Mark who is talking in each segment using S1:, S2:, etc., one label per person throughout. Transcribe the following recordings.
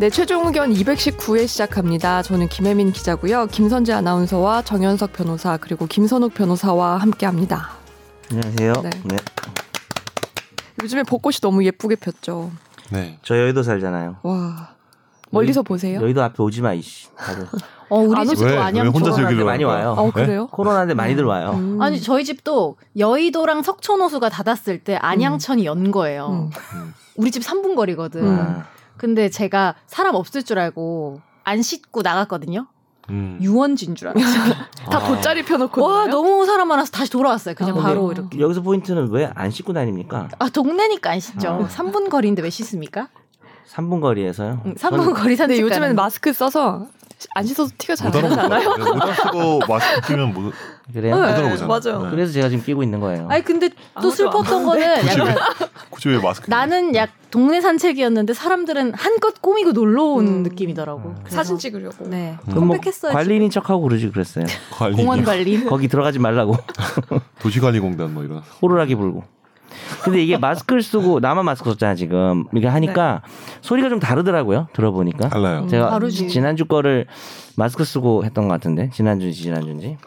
S1: 네, 최종 의견 219회 시작합니다. 저는 김혜민 기자고요. 김선재 아나운서와 정현석 변호사 그리고 김선욱 변호사와 함께합니다.
S2: 안녕하세요.
S1: 네.
S2: 네.
S1: 요즘에 벚꽃이 너무 예쁘게 폈죠.
S3: 네.
S2: 저 여의도 살잖아요.
S1: 와 멀리서 보세요.
S2: 여의도 앞에 오지 마 이씨. 다들
S4: 어
S1: 안
S4: 우리 집도
S3: 왜?
S4: 안양
S3: 왜 혼자
S4: 쪽으로
S3: 즐기려고
S2: 많이
S3: 하는
S2: 와요.
S3: 거야?
S1: 어 그래요?
S2: 코로나인데 많이들 와요.
S1: 음.
S4: 아니 저희 집도 여의도랑 석촌호수가 닫았을 때 안양천이 연 거예요.
S1: 음.
S4: 우리 집 3분 거리거든.
S1: 음.
S2: 아,
S4: 근데 제가 사람 없을 줄 알고 안 씻고 나갔거든요.
S3: 음.
S4: 유원지인 줄 알았어요.
S1: 다 돗자리 펴놓고
S4: 와
S1: 있나요?
S4: 너무 사람 많아서 다시 돌아왔어요. 그냥
S1: 아,
S4: 바로
S1: 네.
S4: 이렇게.
S2: 여기서 포인트는 왜 안 씻고 다닙니까?
S4: 아 동네니까 안 씻죠.
S2: 아.
S4: 3분 거리인데 왜 씻습니까?
S2: 3분 거리에서요.
S4: 음, 3분
S1: 근데
S4: 거리 산책.
S1: 요즘에는
S4: 가는 거.
S1: 마스크 써서 안 씻어서 티가 잘
S3: 못
S1: 안 나잖아요.
S3: 알아보잖아요. 네, 못 알아보고 마스크 끼면 못.
S2: 저는- 그래요.
S3: 네. 알아보잖아요.
S1: 맞아.
S3: 네.
S2: 그래서 제가 지금 끼고 있는 거예요.
S4: 아니 근데
S1: 아무도
S4: 또 슬펐던 거는
S3: 굳이 왜,
S4: 약간
S3: 굳이 왜 마스크?
S4: 나는 약 동네 산책이었는데 사람들은 한껏 꾸미고 놀러 온
S1: 음.
S4: 느낌이더라고. 그래서-
S1: 사진 찍으려고.
S4: 네.
S3: 음.
S2: 그럼 뭐
S4: 컴백했어요,
S2: 관리인 척하고 그러지 그랬어요.
S3: 관리,
S4: 공원 관리.
S2: 거기 들어가지 말라고
S3: 도시관리공단 뭐 이런.
S2: 호루라기 불고. 근데 이게 마스크를 쓰고 나만 마스크 썼잖아 지금. 이게 하니까 소리가 좀 다르더라고요. 들어보니까.
S3: 달라요.
S1: 음.
S2: 제가
S4: 다르지.
S2: 지난주 거를 마스크 쓰고 했던 것 같은데 지난주인지 지난주인지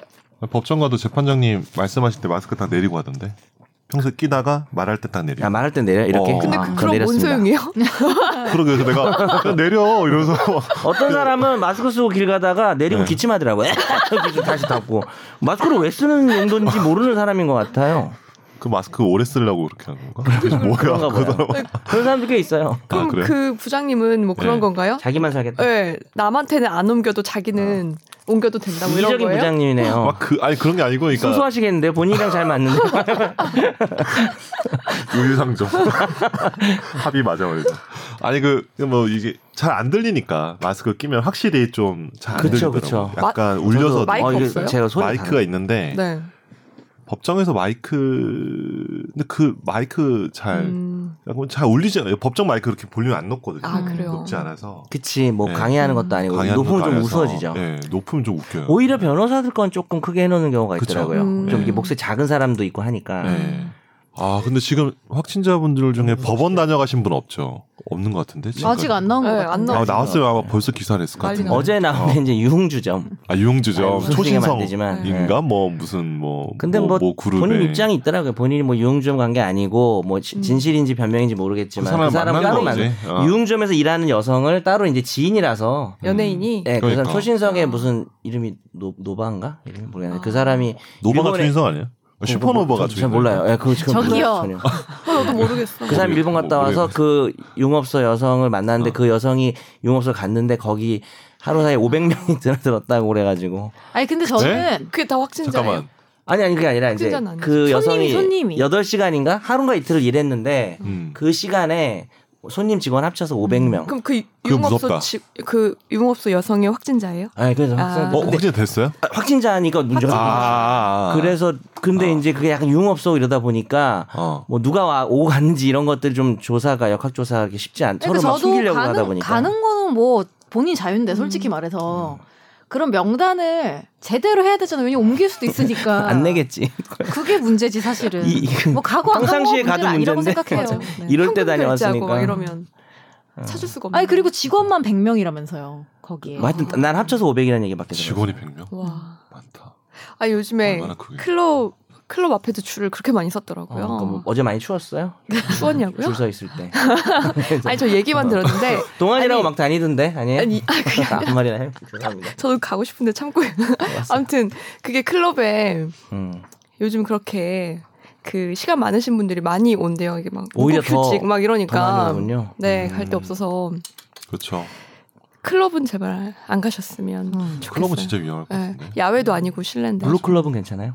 S3: 법정가도 재판장님 말씀하실 때 마스크 다 내리고 하던데. 평소에 끼다가 말할 때 딱 내려.
S2: 아 말할 때 내려 이렇게
S3: 어.
S1: 근데
S2: 아,
S1: 그,
S2: 전
S1: 그럼 뭔
S2: 내렸습니다.
S1: 소용이에요?
S3: 그러게 그래서 내가 그냥 내려 이러면서
S1: 그
S2: 어떤 사람은 마스크 쓰고 길 가다가 내리고
S3: 네.
S2: 기침하더라고요. 그래서 다시 닫고 마스크를 왜 쓰는 용도인지 모르는 사람인 것 같아요.
S3: 그 마스크 오래 쓰려고 그렇게 하는 건가? 그게 뭐야?
S2: 그런가
S3: 그
S2: 봐요.
S3: 사람.
S2: 그런 사람도 꽤 있어요.
S1: 그럼
S3: 그래요?
S1: 그 부장님은 뭐 그런
S3: 네.
S1: 건가요?
S2: 자기만 살겠다.
S1: 네, 남한테는 안 옮겨도 자기는 옮겨도 된다 뭐 이런
S2: 이적인
S1: 거예요?
S2: 부장님이네요.
S3: 막그 아니 그런 게 아니고 그러니까
S2: 순수하시겠는데 본인이랑 잘 맞는데
S3: 유유상종 합이 맞아 버리고 아니 그 뭐 이게 잘 안 들리니까 마스크 끼면 확실히 좀 잘 안
S2: 그쵸, 그쵸.
S3: 들리더라고 약간 울려서
S1: 마이크
S2: 이게
S1: 없어요?
S2: 제가 소리
S3: 마이크가 있는데
S1: 네.
S3: 법정에서 마이크 근데 그 마이크 잘
S1: 음,
S3: 약간 잘 울리지 않아요 법정 마이크 그렇게 볼륨 안 높거든요
S1: 아, 그래요?
S3: 높지 않아서
S2: 그치 뭐
S3: 네.
S2: 강의하는 것도 아니고
S3: 강의하는
S2: 높으면 좀
S3: 것도 아니라서.
S2: 우스워지죠.
S3: 예, 높으면 좀 웃겨요
S2: 오히려 변호사들 건 조금 크게 해놓는 경우가
S3: 그쵸. 네.
S2: 있더라고요.
S1: 음.
S2: 좀 이게 목소리 작은 사람도 있고 하니까
S3: 예. 아 근데 지금 확진자분들 중에 법원 다녀가신 분 없죠 없는 것 같은데 지금
S4: 아직 안 나온 거
S1: 네,
S4: 같은데.
S1: 안
S3: 아,
S1: 나왔어요.
S3: 나왔으면 아마 벌써 기사 냈을 것
S1: 난리
S3: 같은데
S4: 음.
S1: 났어요.
S2: 어제 나온 게 이제 유흥주점
S3: 아 유흥주점
S2: 아니, 선생님은 안 되지만, 네.
S3: 초신성인가 뭐 무슨 뭐
S2: 근데
S3: 뭐,
S2: 뭐,
S3: 뭐 그룹에
S2: 본인 입장이 있더라고요. 본인이 뭐 유흥점 간 게 아니고 뭐
S4: 음.
S2: 지- 진실인지 변명인지 모르겠지만
S3: 그 사람을 만나는 거지.
S2: 만나-
S3: 어.
S2: 유흥점에서 일하는 여성을 따로 이제 지인이라서
S4: 음.
S1: 연예인이
S2: 네, 그 사람
S3: 그러니까.
S2: 초신성의 무슨 이름이 노, 노바인가 이름이 모르겠는데 그 사람이
S3: 노바가
S2: 일본에-
S3: 초신성 아니야? 슈퍼노바가
S2: 저- 저- 어, 잘
S3: 초신성
S2: 몰라요. 예, 그거 지금
S4: 저기요.
S2: 몰라요, 전혀.
S1: 어, 나도 모르겠어.
S2: 그 사람 이 일본
S3: 뭐
S2: 갔다 와서 그 용업소 여성을 만났는데
S3: 어.
S2: 그 여성이 용업소 갔는데 거기 하루 사이에 500명이 드나들었다고 그래가지고
S4: 아니 근데
S3: 네?
S4: 저는
S1: 그게 다 확진자예요.
S3: 잠깐만
S2: 아니 아니 그게 아니라 이제
S1: 혼자는 아니지.
S2: 그
S4: 손님이,
S2: 여성이
S4: 손님이.
S2: 8시간인가 하루인가 이틀을 일했는데
S3: 음.
S2: 그 시간에 손님 직원 합쳐서 500명.
S1: 그럼 그
S3: 그거
S1: 유흥업소
S3: 무섭다.
S1: 지- 그 유흥업소 여성의 확진자예요?
S2: 아니 그래서
S1: 아.
S2: 확진,
S3: 어
S2: 근데
S3: 확진 됐어요?
S2: 확진자니까 문제가
S3: 아, 아, 아.
S2: 그래서 근데 이제 그게 약간 유흥업소 이러다 보니까
S3: 어.
S2: 뭐 누가 와 오고 갔는지 이런 것들 좀 조사가 역학 조사하기 쉽지 않. 서로
S4: 그러니까
S2: 막 숨기려고 하다
S4: 가는,
S2: 보니까. 음.
S4: 가는 거는 뭐 본인 자유인데 솔직히
S3: 음.
S4: 말해서 그런 명단을 제대로 해야 되잖아. 왜냐면 옮길 수도 있으니까.
S2: 안 내겠지.
S4: 그게 문제지 사실은.
S2: 이- 그, 이-
S4: 뭐 가고 안 가고
S2: 평상시에
S4: 문제는
S2: 가도
S4: 아니라고
S2: 문제인데.
S4: 생각해요. 네.
S1: 맞아.
S2: 이럴 때
S1: 황금 결제하고
S2: 다녀왔으니까. 어.
S1: 막 이러면 찾을 수가 없네.
S4: 아니 그리고 직원만 100명이라면서요. 거기에.
S2: 뭐 하여튼 난 합쳐서 500이라는 얘기밖에
S3: 직원이 100명?
S4: 음.
S1: 와.
S3: 많다
S1: 아 요즘에
S3: 얼마나 크게.
S1: 클럽 클럽 앞에도 줄을 그렇게 많이
S2: 어,
S1: 섰더라고요.
S2: 그러니까 뭐 어제 많이 추웠어요. 줄
S1: 추웠냐고요?
S2: 서 있을 때.
S1: 아니 저
S2: 어.
S1: 얘기만 들었는데
S2: 동안이라고
S1: 아니,
S2: 막 다니던데 아니에요?
S1: 아니 아, 그게 아니라
S2: 아무 말이나 해. 죄송합니다.
S1: 저도 가고 싶은데 참고 아무튼 그게 클럽에
S2: 음.
S1: 요즘 그렇게 그 시간 많으신 분들이 많이 온대요. 이게 막
S2: 오히려 더-
S1: 규칙 막
S2: 더 많이
S1: 이러니까
S2: 오는군요.
S1: 네, 갈 데
S3: 음.
S1: 없어서
S3: 그렇죠
S1: 클럽은 제발 안 가셨으면
S4: 음.
S1: 좋겠어요.
S3: 클럽은 진짜 위험할 것
S1: 네,
S3: 같은데
S1: 야외도 아니고 실내인데.
S2: 블루클럽은 괜찮아요?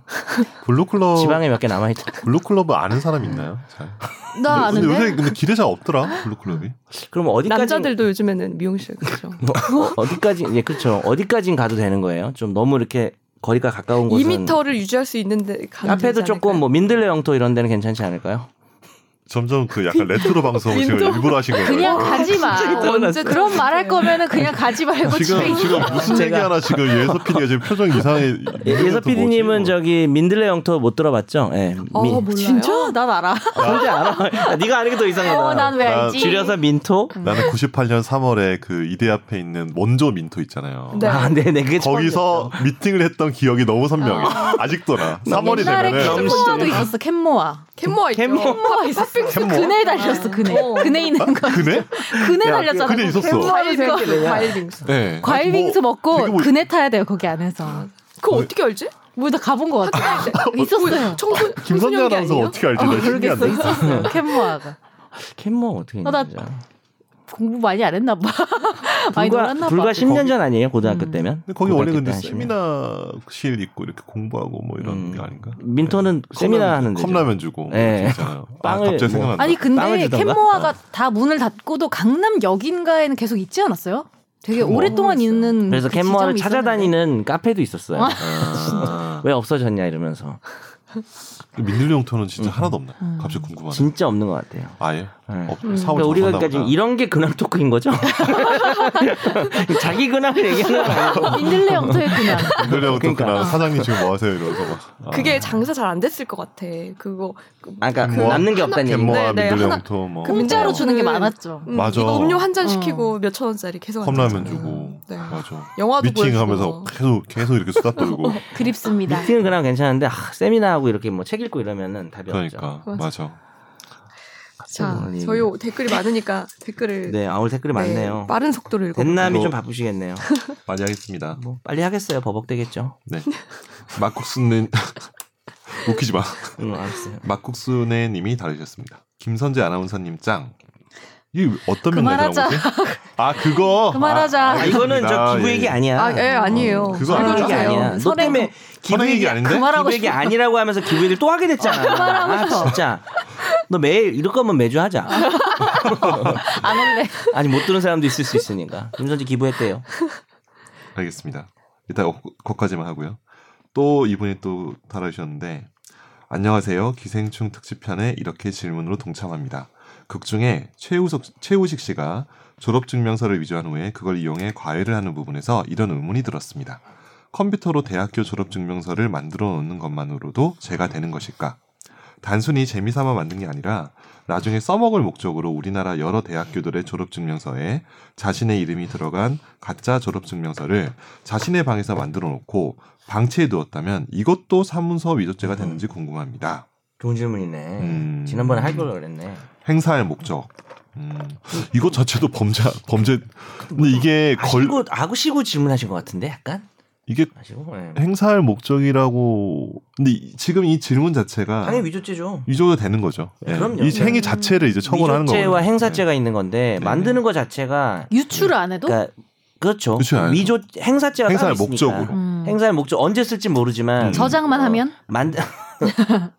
S3: 블루클럽
S2: 지방에 몇 개 남아 있다.
S3: 블루클럽은 아는 사람 있나요? 잘.
S4: 나
S3: 근데
S4: 아는데.
S3: 요새 근데 기대 잘 없더라 블루클럽이
S2: 그럼 어디까지
S1: 남자들도 요즘에는 미용실 가죠.
S2: 어, 어디까지 예 그렇죠 어디까진 가도 되는 거예요 좀 너무 이렇게 거리가 가까운 곳은
S1: 2미터를 유지할 수 있는데 가면 되지
S2: 앞에도
S1: 않을까요?
S2: 조금 뭐 민들레 영토 이런 데는 괜찮지 않을까요
S3: 점점 그 약간 레트로 방송을 지금
S1: 인정.
S3: 일부러 하신 거예요.
S4: 그냥 가지 마.
S2: 떠났어.
S4: 그런 말 할 거면은 그냥 가지 말고 집에
S3: 지금
S4: 있어.
S3: 지금 무슨 얘기
S2: 제가-
S3: 하나 지금 예서 PD가 지금 표정 이상해.
S2: 예서 PD님은 저기 민들레 영토 못 들어봤죠? 예.
S1: 어,
S2: 민-
S1: 몰라요.
S4: 진짜? 난 알아.
S2: 뭔지 알아? 야, 네가 아는 게 더 이상하다.
S4: 어, 난 왜
S3: 나
S4: 알지?
S2: 줄여서 민토?
S3: 나는 98년 3월에 그 이대 앞에 있는 원조 민토 있잖아요.
S1: 네.
S2: 아, 네, 네. 그게
S3: 거기서 미팅을 했던 기억이 너무 선명해. 아직도 나. 3월이
S4: 옛날에 그
S3: 되면은
S4: 캔모아도 있었어. 캔모아.
S1: 캔모아 있죠.
S2: 캔모아.
S4: 캔모아 있었어. 그네 달렸어. 그네. 그네 있는 거.
S3: 그네?
S4: 그네 달렸잖아.
S3: 그네 있었어.
S1: 캔모아를
S4: 과일
S1: 생각해
S4: 거.
S1: 내가. 과일 빙수.
S3: 네.
S4: 과일 빙수
S3: 되게
S4: 먹고
S3: 뭐-
S4: 그네 타야 돼요. 거기 안에서.
S1: 그거 어떻게 알지?
S4: 뭐 나 가본 거 같아. 있었어요.
S1: 청소
S3: 김선재
S1: 청소년기
S3: 아나운서
S1: 아니에요?
S3: 어떻게 알지?
S4: 어,
S3: 나
S4: 모르겠어.
S3: 신기한데.
S4: 있었어요. 캔모아가.
S2: 캔모 어떻게
S4: 어, 나-
S2: 했는지. 알아.
S4: 공부 많이 안 했나 봐. 많이
S2: 불과,
S4: 놀았나 봐.
S2: 불과 10년 전 아니에요? 고등학교
S4: 음.
S2: 때면?
S3: 근데 거기 원래
S2: 고등학교
S3: 근데
S2: 때 하시면.
S3: 세미나실 있고 이렇게 공부하고 뭐 이런
S2: 음.
S3: 게 아닌가?
S2: 민토는 세미나 하는 데죠.
S3: 컵라면 주고 뭐
S2: 예.
S3: 이렇게 있잖아요. 아,
S2: 빵을
S3: 갑자기
S2: 뭐.
S3: 생각난다.
S4: 아니 그
S2: 빵을
S4: 근데
S2: 주던가?
S3: 어.
S4: 캔모아가 다 문을 닫고도 강남역인가에는 계속 있지 않았어요? 되게
S3: 캔모아.
S4: 오랫동안 있는
S2: 그래서
S4: 그
S2: 캔모아를
S4: 지점이
S2: 찾아다니는 카페도 있었어요.
S3: 아.
S2: 왜 없어졌냐 이러면서.
S3: 민들레 영토는 진짜 하나도 없나요?
S4: 음.
S3: 갑자기 궁금하네.
S2: 음. 진짜 없는 것 같아요.
S3: 아예?
S2: 네.
S3: 없, 사월
S2: 그러니까 우리가 그러니까
S3: 전화나
S2: 지금
S3: 보다.
S2: 이런 게 근황 토크인 거죠? 자기 근황을 얘기하는 거 아니고.
S4: 있었는데. 민들레 영토의 그냥
S3: 민들레 영토
S2: 그러니까.
S3: 그날 사장님 지금 뭐 하세요? 이러면서 막. 아.
S1: 그게 장사 잘 안 됐을 것 같아. 그거
S2: 아, 그러니까
S3: 캔모아?
S2: 남는 게 없다는 얘기.
S3: 갯모아
S1: 네, 네,
S3: 민들레
S1: 하나-
S3: 영토
S2: 그
S3: 뭐
S4: 공짜로 주는 게
S1: 음.
S4: 많았죠.
S1: 음,
S3: 맞아.
S1: 이거 음료 한 잔
S4: 어.
S1: 시키고 몇 천 원짜리 계속 안
S3: 컵라면
S1: 줬잖아요.
S3: 주고
S1: 네.
S3: 맞아.
S1: 영화도
S3: 미팅하면서
S1: 보여주고.
S3: 계속 계속 이렇게 수다 떨고
S4: 그립습니다.
S2: 미팅은 그냥 괜찮은데 아, 세미나하고 이렇게 뭐 책 읽고 이러면은 답이 없죠.
S3: 그러니까 맞아.
S1: 자,
S2: 어머니.
S1: 저희 댓글이 많으니까 댓글을
S2: 네, 아울 댓글이
S1: 네,
S2: 많네요.
S1: 빠른 속도로 읽어.
S2: 덴남이
S3: 이거-
S2: 좀 바쁘시겠네요.
S3: 많이 하겠습니다.
S2: 뭐 빨리 하겠어요. 버벅대겠죠.
S3: 네. 막국수는 웃기지 마.
S2: 응, 알았어요.
S3: 막국수네 님이 다루셨습니다. 김선재 아나운서님 짱. 이게 어떤 면에서
S4: 그만하자.
S3: 나온 거지? 아 그거.
S4: 그만하자.
S2: 아, 이거는 저 기부 얘기 아니야.
S1: 아, 예, 아니에요.
S3: 어,
S2: 기부
S3: 그거
S1: 아,
S2: 얘기
S1: 맞아요.
S2: 아니야. 너
S4: 선행-
S2: 때문에 기부
S3: 선행
S2: 얘기
S3: 얘기 아닌데?
S4: 그만하고
S2: 그 기부 얘기 아니라고 하면서 기부 얘기를 또 하게 됐잖아. 아, 진짜. 너 매일 이럴 거면 매주 하자.
S4: 안 올래.
S2: 아니 못 들은 사람도 있을 수 있으니까. 김선재 기부했대요.
S3: 알겠습니다. 일단 어, 거기까지만 하고요. 또 이분이 또 달아주셨는데 안녕하세요. 기생충 특집편에 이렇게 질문으로 동참합니다. 극 중에 최우석, 최우식 씨가 졸업증명서를 위조한 후에 그걸 이용해 과외를 하는 부분에서 이런 의문이 들었습니다. 컴퓨터로 대학교 졸업증명서를 만들어 놓는 것만으로도 제가 되는 것일까? 단순히 재미삼아 만든 게 아니라 나중에 써먹을 목적으로 우리나라 여러 대학교들의 졸업증명서에 자신의 이름이 들어간 가짜 졸업증명서를 자신의 방에서 만들어 놓고 방치해 두었다면 이것도 사문서 위조죄가 되는지 궁금합니다.
S2: 좋은 질문이네.
S3: 음.
S2: 지난번에 할 걸 그랬네.
S3: 행사의 목적. 음, 이것 자체도 범죄 범죄. 근데 이게 걸
S2: 아시고 아구시고 질문하신 것 같은데 약간
S3: 이게
S2: 아시고. 예.
S3: 행사할 목적이라고. 근데 이- 지금 이 질문 자체가
S2: 당연히 위조죄죠.
S3: 위조도 되는 거죠.
S2: 네,
S3: 예.
S2: 그럼요.
S3: 이 행위 자체를 이제 처벌하는 거예요.
S2: 위조죄와 행사죄가 있는 건데
S3: 네.
S2: 만드는 것 자체가
S4: 유출을 안 해도?
S2: 그러니까 그렇죠.
S3: 그렇죠. 아니죠.
S2: 위조 행사죄가
S3: 행사의
S2: 따로 있으니까.
S3: 목적으로.
S4: 음.
S2: 행사의 목적 언제 쓸지 모르지만
S3: 음.
S4: 저장만
S2: 어,
S4: 하면
S2: 만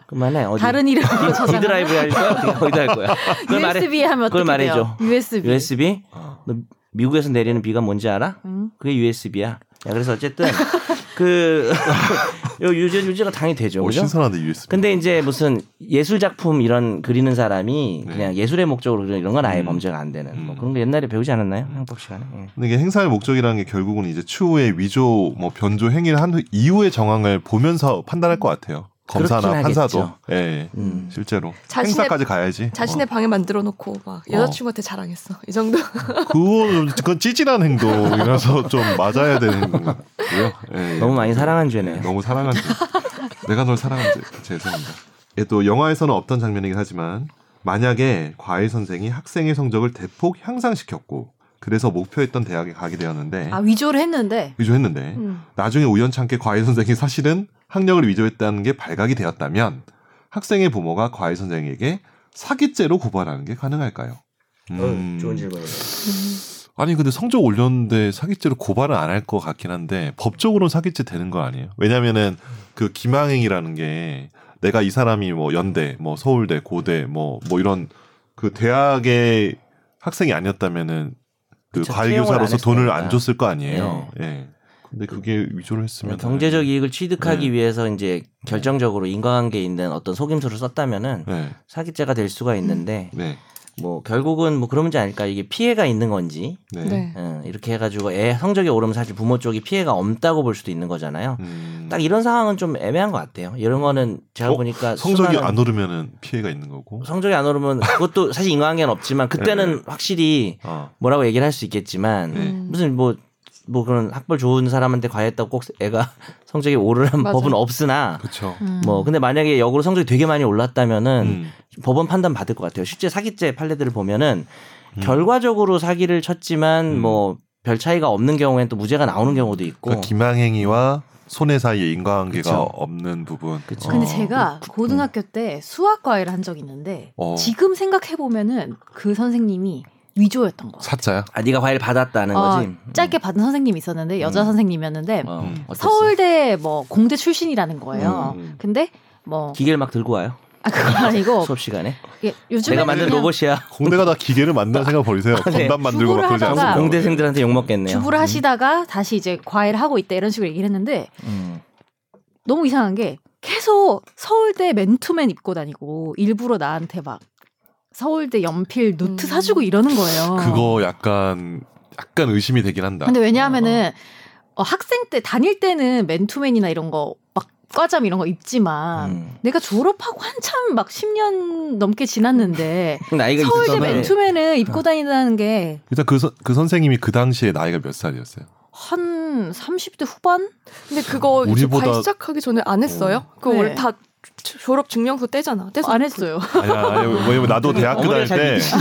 S2: 그만해 어디
S4: 다른 이름으로
S2: D
S4: 저장.
S2: 드라이브 할 거야 어디- 어디다 할 거야 그걸 말해
S4: USB 하면
S2: 그걸
S4: 어떻게 돼요?
S2: 말해줘.
S4: USB.
S2: USB
S3: 어.
S2: 너 미국에서 내리는 비가 뭔지 알아?
S4: 음.
S2: 그게 USB야. 야, 그래서 어쨌든 그 요 유죄 유죄가 당연히 되죠.
S3: 어,
S2: 그죠?
S3: 신선한데 USB.
S2: 근데 이제 무슨 예술 작품 이런 그리는 사람이
S3: 네.
S2: 그냥 예술의 목적으로 그리는 이런 건 아예
S3: 음.
S2: 범죄가 안 되는 뭐
S3: 음.
S2: 그런 거 옛날에 배우지 않았나요? 형법 시간에. 예.
S3: 근데 이게 행사의 목적이라는 게 결국은 이제 추후에 위조, 뭐 변조 행위를 한 후 이후의 정황을 보면서 판단할 것 같아요. 검사나
S2: 그렇긴 하겠죠.
S3: 판사도. 예, 예.
S2: 음.
S3: 실제로
S1: 자신의-
S3: 행사까지 가야지.
S1: 자신의 방에 만들어 놓고 막 여자친구한테 자랑했어. 이 정도.
S3: 어. 그건 그건 찌질한 행동이라서 좀 맞아야 되는 거고요. 예, 예.
S2: 너무 많이 사랑한 죄네요.
S3: 너무 사랑한 죄. 내가 널 사랑한 죄. 죄송합니다. 예, 또 영화에서는 없던 장면이긴 하지만 만약에 과외 선생이 학생의 성적을 대폭 향상시켰고 그래서 목표했던 대학에 가게 되었는데
S4: 아 위조를 했는데.
S3: 위조했는데
S1: 음.
S3: 나중에 우연찮게 과외 선생이 사실은 학력을 위조했다는 게 발각이 되었다면 학생의 부모가 과외 선생에게 사기죄로 고발하는 게 가능할까요? 음.
S2: 어, 좋은 질문이에요.
S3: 아니 근데 성적 올렸는데 사기죄로 고발은 안 할 것 같긴 한데 법적으로는 사기죄 되는 거 아니에요? 왜냐면은 그 기망행이라는 게 내가 이 사람이 뭐 연대, 뭐 서울대, 고대, 뭐 뭐 이런 그 대학의 학생이 아니었다면은 그
S2: 그쵸,
S3: 과외 교사로서
S2: 채용을 안 했으니까.
S3: 돈을
S2: 네.
S3: 안 줬을 거 아니에요. 예. 근데 그게 위조를 했으면
S2: 경제적 이익을 취득하기
S3: 네.
S2: 위해서 이제 결정적으로 인과관계에 있는 어떤 속임수를 썼다면은
S3: 네.
S2: 사기죄가 될 수가 있는데
S3: 네.
S2: 뭐 결국은 뭐 그런 문제 아닐까 이게 피해가 있는 건지
S3: 네.
S1: 네.
S2: 음, 이렇게 해가지고 애 성적이 오르면 사실 부모 쪽이 피해가 없다고 볼 수도 있는 거잖아요.
S3: 음,
S2: 딱 이런 상황은 좀 애매한 것 같아요. 이런 거는 제가
S3: 어?
S2: 보니까
S3: 성적이
S2: 수많은-
S3: 안 오르면은 피해가 있는 거고.
S2: 성적이 안 오르면 그것도 사실 인과관계는 없지만
S3: 네,
S2: 그때는
S3: 네.
S2: 확실히
S3: 어.
S2: 뭐라고 얘기를 할 수 있겠지만
S3: 네.
S1: 음.
S2: 무슨 뭐 뭐 그런 학벌 좋은 사람한테 과했다고 꼭 애가 성적이 오르는
S1: 맞아요.
S2: 법은 없으나
S3: 그렇죠.
S4: 음.
S2: 뭐 근데 만약에 역으로 성적이 되게 많이 올랐다면은
S3: 음.
S2: 법원 판단 받을 것 같아요. 실제 사기죄 판례들을 보면은
S3: 음.
S2: 결과적으로 사기를 쳤지만
S3: 음.
S2: 뭐 별 차이가 없는 경우에는 또 무죄가 나오는 경우도 있고
S3: 그러니까 기망행위와 손해 사이의 인과관계가
S2: 그쵸.
S3: 없는 부분.
S2: 그쵸.
S4: 근데
S3: 어.
S4: 제가 고등학교 때 수학 과외를 한 적이 있는데
S3: 어.
S4: 지금 생각해 보면은 그 선생님이 위조였던 거.
S3: 사자야.
S2: 아 네가 과외를 받았다는
S4: 어,
S2: 거지.
S4: 짧게 받은 선생님이 있었는데 여자
S2: 음.
S4: 선생님이었는데
S2: 음. 어,
S3: 음.
S2: 어땠어?
S4: 서울대 뭐 공대 출신이라는 거예요.
S3: 음, 음.
S4: 근데 뭐
S2: 기계를 막 들고 와요
S4: 아, 그건 아니고
S2: 수업 시간에
S4: 예, 요즘에
S2: 내가 만든
S4: 그냥
S2: 로봇이야
S3: 공대가 다 기계를 만드는 생각 버리세요. 건담 만들고 막 그러지
S4: 주부를
S3: 않습니까?
S4: 하다가
S2: 공대생들한테 욕 먹겠네요.
S4: 음. 주부를 하시다가 다시 이제 과외를 하고 있다 이런 식으로 얘기를 했는데
S2: 음.
S4: 너무 이상한 게 계속 서울대 맨투맨 입고 다니고 일부러 나한테 막 서울대 연필 노트
S1: 음.
S4: 사주고 이러는 거예요.
S3: 그거 약간 약간 의심이 되긴 한다.
S4: 근데 왜냐하면은 어, 학생 때 다닐 때는 맨투맨이나 이런 거 막 과잠 이런 거 입지만
S2: 음.
S4: 내가 졸업하고 한참 막 10년 넘게 지났는데
S2: 나이가
S4: 서울대
S2: 있어서
S4: 맨투맨을 입고 다닌다는 게
S3: 일단 그, 선- 그 선생님이 그 당시에 나이가 몇 살이었어요?
S4: 한 30대 후반?
S1: 근데 그거 이제
S3: 우리보다-
S1: 과외 시작하기 전에 안 했어요? 그거
S4: 네.
S1: 원래 다 조- 졸업 증명서 떼잖아. 떼서
S4: 안 했어요.
S3: 아니야, 아니야. 왜냐면 나도 대학교
S2: 어머니가
S3: 다닐
S2: 잘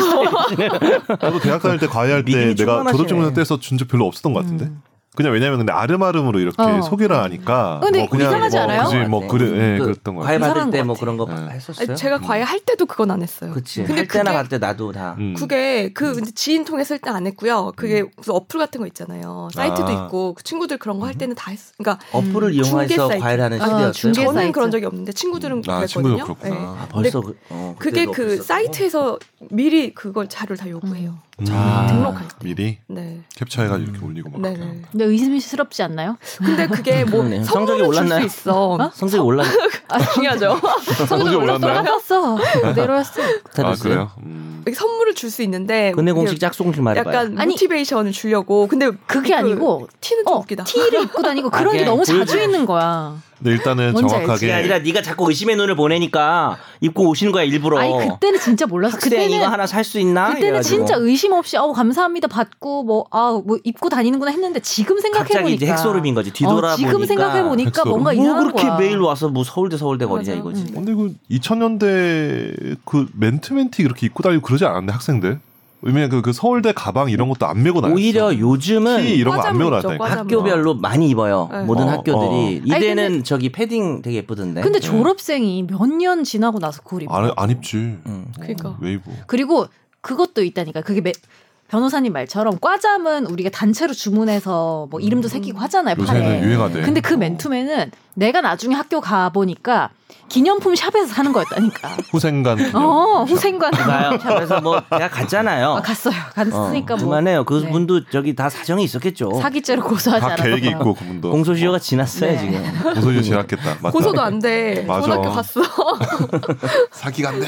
S3: 때 나도 대학 다닐 때 과외할 때
S2: 믿음이
S3: 내가
S2: 충만하시네.
S3: 졸업증명서 떼서 준 적 별로 없었던 것 같은데. 그냥 왜냐면 근데 아름아름으로 이렇게
S4: 음. 어.
S3: 소개를 하니까
S4: 근데
S3: 뭐 그냥
S4: 이상하지
S3: 뭐
S4: 않아요?
S3: 그지 뭐 그래 예,
S2: 그
S3: 그랬던 거
S2: 과외
S3: 같아요.
S2: 받을
S4: 이상한
S2: 때
S4: 것
S2: 뭐
S4: 같아.
S2: 그런 거
S3: 네.
S2: 했었어요.
S1: 아니, 제가 과외 할 때도 그건 안 했어요.
S2: 그치.
S1: 근데
S2: 할 때나
S1: 그게-
S2: 받을 때 나도 다.
S3: 음.
S1: 그게 그 근데 지인 통해서 할 때 안 했고요. 그게 무슨 어플 같은 거 있잖아요. 사이트도
S3: 아.
S1: 있고 그 친구들 그런 거 할 때는 다 했어. 그러니까
S2: 어플을
S4: 음,
S1: 중개
S2: 이용해서
S1: 사이트.
S2: 과외를 하는
S4: 어,
S2: 시대였어요.
S4: 중개
S1: 저는
S4: 사이트.
S1: 그런 적이 없는데 친구들은
S3: 아,
S1: 그랬거든요.
S3: 친구들 그렇구나.
S1: 네.
S2: 아, 벌써 그, 어,
S1: 그게
S2: 그때도 어.
S1: 그
S2: 없었고.
S1: 사이트에서 미리 그걸 자료를 다 요구해요.
S3: 음.
S2: 아.
S1: 등록할 때.
S3: 미리
S1: 네.
S3: 캡처해가지고 이렇게 올리고 막.
S1: 네.
S3: 그래요.
S1: 네.
S4: 근데 의심스럽지 않나요?
S1: 근데 그게 뭐
S2: 그러네요. 성적이
S1: 성적이 올랐나요?
S2: 올랐나요?
S1: 줄수 있어.
S2: 성적이 올라
S1: 아, 중요하죠.
S3: 성적이 올랐나요?
S4: 올랐어.
S2: 네.
S4: 그대로였어.
S3: 아
S2: 됐어요.
S3: 그래요? 음.
S1: 이렇게 선물을 줄 수 있는데
S2: 근데 공식
S1: 이게
S2: 짝수공식 말해봐요.
S1: 약간
S4: 아니.
S1: 모티베이션을 주려고 근데
S4: 그게 아니고
S1: 티는 좀
S4: 어,
S1: 웃기다.
S4: 티를 입고 다니고 그런
S2: 아,
S4: 게
S2: 그냥
S4: 너무 자주
S2: 보여줘요.
S4: 있는 거야.
S3: 근데 일단은
S4: 뭔지 알지?
S2: 그게
S3: 정확하게 어,
S2: 아니라 네가 자꾸 의심의 눈을 보내니까 입고 오시는 거야 일부러.
S4: 아니 그때는 진짜 몰랐어.
S2: 학생 이거
S4: 그때는
S2: 하나 살 수 있나?
S4: 그때는
S2: 이래가지고.
S4: 진짜 의심 없이 어우 감사합니다 받고 뭐아뭐 입고 다니는구나 했는데 지금 생각해 보니까
S2: 갑자기 이제 핵소름인 거지. 뒤돌아
S4: 어, 지금
S2: 보니까
S4: 생각해 보니까
S3: 핵소름.
S4: 뭔가
S2: 뭐
S4: 이상한
S2: 그렇게
S4: 거야. 음.
S2: 매일 와서 뭐 서울대 서울대 거리냐
S1: 맞아.
S2: 이거지.
S4: 응.
S3: 근데 그 2000년대 그 맨투맨티 그렇게 입고 다니고 그러지 않았는데 학생들? 왜냐면 그, 그 서울대 가방 이런 것도 안 메고 다녔어.
S2: 오히려 요즘은
S3: 티 이런 거 안 메고
S1: 과자만
S3: 다녔다니까.
S1: 있죠,
S2: 학교별로 많이 입어요.
S1: 네.
S2: 모든
S3: 어,
S2: 학교들이
S4: 아니,
S2: 이대는
S4: 근데-
S2: 저기 패딩 되게 예쁘던데.
S4: 근데
S3: 네.
S4: 졸업생이 몇 년 지나고 나서 그걸
S2: 아,
S4: 입어.
S3: 안, 안 입지.
S2: 음.
S1: 그러니까.
S3: 웨이브.
S4: 그리고 그것도 있다니까. 그게 매- 변호사님 말처럼 과잠은 우리가 단체로 주문해서 뭐 이름도
S2: 음.
S4: 새기고 하잖아요.
S3: 요새는
S4: 팔에.
S3: 유행하대.
S4: 근데 그 맨투맨은 내가 나중에 학교 가 보니까 기념품 샵에서 사는 거였다니까.
S3: 후생간. 기념.
S4: 어, 후생관
S2: 가요. 그래서 뭐 제가 갔잖아요.
S4: 아, 갔어요. 갔으니까
S2: 어,
S4: 뭐
S2: 그만해요.
S4: 네.
S2: 그분도 저기 다 사정이 있었겠죠.
S4: 사기죄로 고소하지
S3: 다
S4: 않았어.
S3: 계획이 있고 그분도
S2: 공소시효가 지났어요
S4: 네.
S2: 지금.
S3: 공소시효 지났겠다. 맞다.
S1: 고소도 안 돼.
S3: 맞아.
S1: 전학교 갔어.
S3: 사기 같네.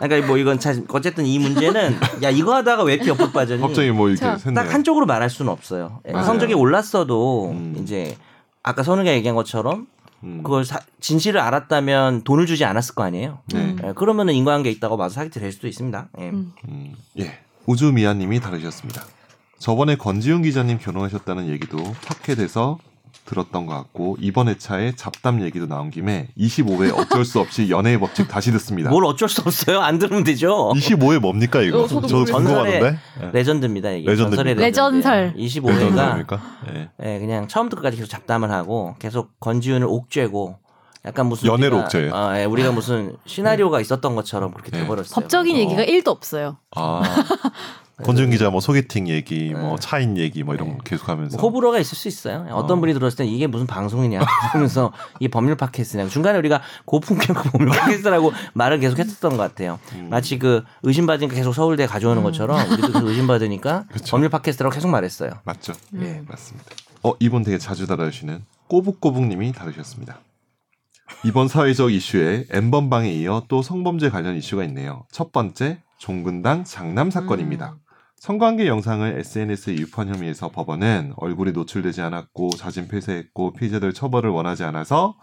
S2: 그러니까 뭐 이건 참 어쨌든 이 문제는 야 이거 하다가 왜 이렇게 옆으로 빠졌니?
S3: 갑자기 뭐 이렇게
S1: 자,
S3: 했네.
S2: 딱 한쪽으로 말할 수는 없어요. 예,
S3: 맞아요.
S2: 성적이 올랐어도
S3: 음.
S2: 이제 아까 선우가 얘기한 것처럼
S3: 음.
S2: 그걸 사- 진실을 알았다면 돈을 주지 않았을 거 아니에요.
S3: 네.
S2: 예, 그러면은 인과관계 있다고 봐서 사기죄 될 수도 있습니다. 예.
S1: 음.
S3: 음, 예. 우주미아님이 다루셨습니다. 저번에 권지윤 기자님 결혼하셨다는 얘기도 팟캐에서 들었던 것 같고 이번 회차에 잡담 얘기도 나온 김에 25회 어쩔 수 없이 연애의 법칙 다시 듣습니다.
S2: 뭘 어쩔 수 없어요. 안 들으면 되죠.
S3: 25회 뭡니까 이거?
S1: 어, 저도
S3: 저도
S1: 모르겠어요.
S3: 궁금하던데. 네.
S2: 레전드입니다 이게.
S3: 레전드입니다.
S2: 전설의
S4: 레전설.
S3: 어떤
S2: 25회가
S3: 사람입니까? 예.
S2: 그냥 처음부터 끝까지 계속 잡담을 하고 계속 권지윤을 옥죄고 약간 무슨
S3: 연애로
S2: 우리가-
S3: 옥죄요?
S2: 아, 예, 우리가 무슨 시나리오가 있었던 것처럼 그렇게
S3: 네.
S2: 돼버렸어요.
S4: 법적인
S3: 어.
S4: 얘기가 1도 없어요.
S3: 아. 권지윤 기자 뭐 소개팅 얘기, 뭐
S2: 네.
S3: 차인 얘기 뭐 이런 거 계속하면서
S2: 뭐 호불호가 있을 수 있어요. 어떤
S3: 어.
S2: 분이 들었을 때 이게 무슨 방송이냐 하면서 이게 법률 팟캐스트냐. 중간에 우리가 고품격 법률 팟캐스트라고 말을 계속 했었던 것 같아요.
S3: 음.
S2: 마치 그 의심받으니까 계속 서울대 가져오는 것처럼 우리도 그 의심받으니까
S3: 그쵸.
S2: 법률 팟캐스트라고 계속 말했어요.
S3: 맞죠?
S2: 예.
S3: 맞습니다. 어, 이분 되게 자주 달아주시는 꼬북꼬북님이 다루셨습니다. 이번 사회적 이슈에 엠번방에 이어 또 성범죄 관련 이슈가 있네요. 첫 번째, 종근당 장남 사건입니다. 성관계 영상을 SNS에 유포한 혐의에서 법원은 얼굴이 노출되지 않았고 자진 폐쇄했고 피해자들 처벌을 원하지 않아서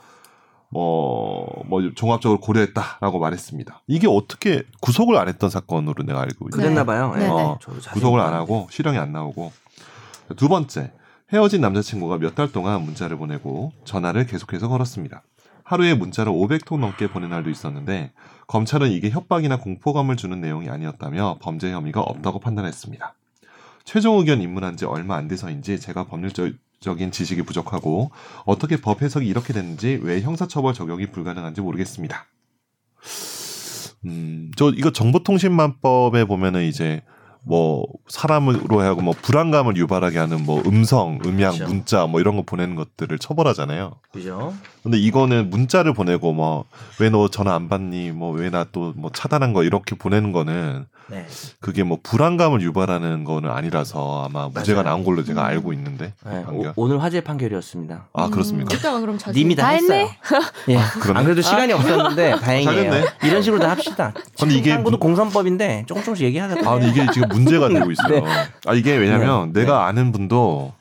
S3: 뭐, 뭐 종합적으로 고려했다라고 말했습니다. 이게 어떻게 구속을 안 했던 사건으로 내가 알고 있는데
S2: 그랬나 봐요. 예.
S4: 네, 네.
S2: 어, 저도 자세히
S3: 구속을 안
S2: 몰랐는데.
S3: 하고 실형이 안 나오고 두 번째 헤어진 남자친구가 몇 달 동안 문자를 보내고 전화를 계속해서 걸었습니다. 하루에 문자를 500통 넘게 보낸 날도 있었는데 검찰은 이게 협박이나 공포감을 주는 내용이 아니었다며 범죄 혐의가 없다고 판단했습니다. 최종 의견 입문한 지 얼마 안 돼서인지 제가 법률적인 지식이 부족하고 어떻게 법 해석이 이렇게 됐는지 왜 형사처벌 적용이 불가능한지 모르겠습니다. 음, 저 이거 정보통신망법에 보면은 이제 뭐 사람으로 하고 뭐 불안감을 유발하게 하는 뭐 음성, 음향,
S2: 그렇죠.
S3: 문자 뭐 이런 거 보내는 것들을 처벌하잖아요.
S2: 그죠?
S3: 근데 이거는 문자를 보내고 뭐 왜 너 전화 안 받니? 뭐 왜 나 또 뭐 차단한 거 이렇게 보내는 거는
S2: 네.
S3: 그게 뭐 불안감을 유발하는 거는 아니라서 아마 무죄가
S2: 맞아요.
S3: 나온 걸로 제가
S4: 음.
S3: 알고 있는데
S2: 네,
S3: 판결.
S2: 오, 늘 화재 판결이었습니다.
S3: 아
S1: 음,
S3: 그렇습니까?
S1: 이따가 그럼 자세히
S2: 님이 다,
S4: 다 했네? 아.
S2: 했어요. 예.
S3: 아, 그러네.
S2: 안 그래도 시간이 없었는데 다행이에요.
S3: 잘했네.
S2: 이런 식으로 다 합시다.
S3: 근데 이게
S2: 한국도
S3: 문-
S2: 공선법인데 조금 조금씩 얘기하다
S3: 아 근데 이게 지금 문제가 되고 있어요. 아 이게 왜냐면
S2: 음. 네.
S3: 내가 아는 분도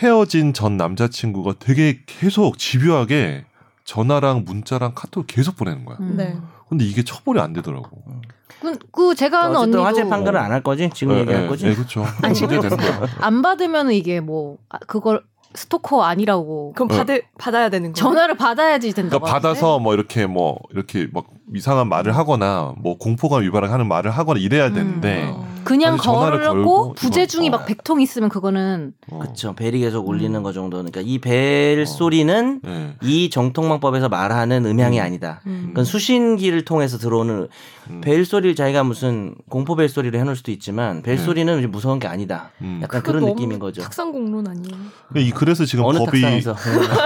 S3: 헤어진 전 남자친구가 되게 계속 집요하게 전화랑 문자랑 카톡 계속 보내는 거야.
S4: 음.
S1: 네.
S3: 근데 이게 처벌이 안 되더라고.
S2: 음.
S4: 그, 그 제가 아는
S2: 어쨌든
S4: 언니도
S2: 화재 판결은 안 할 거지? 지금
S3: 예,
S2: 얘기할
S3: 예,
S2: 거지? 아,
S3: 예, 그렇죠. 문제 되는 거야.
S4: 안 받으면 이게 뭐 아, 그걸 스토커 아니라고
S1: 그럼
S2: 네.
S3: 어.
S1: 받을 받아야 되는 거예요?
S4: 전화를 받아야지 된다고.
S3: 그러니까 받아서 뭐 이렇게 뭐 이렇게 막 이상한 말을 하거나 뭐 공포감 유발하는 말을 하거나
S2: 음.
S3: 이래야
S2: 네.
S3: 되는데
S1: 어.
S2: 그러니까
S4: 하는데. 그냥
S3: 아니, 전화를 걸고
S4: 걸고 부재중이
S3: 이건-
S4: 막 100통 있으면 그거는
S3: 어,
S2: 그쵸. 벨이 계속
S4: 음.
S2: 울리는 거 정도. 그러니까 이 벨 소리는
S3: 예.
S2: 이 정통망법에서 말하는 음향이
S3: 음.
S2: 아니다.
S1: 음.
S2: 그건 수신기를 통해서 들어오는
S3: 음.
S2: 벨 소리를 자기가 무슨 공포 벨 소리로 해놓을 수도 있지만 벨
S3: 네.
S2: 소리는 이제 무서운 게 아니다.
S3: 음.
S2: 약간
S1: 그거
S2: 그런
S1: 너무
S2: 느낌인 거죠.
S1: 탁상공론 아니에요?
S3: 그러니까 이- 그래서 지금
S2: 어느
S3: 법이
S2: 탁상에서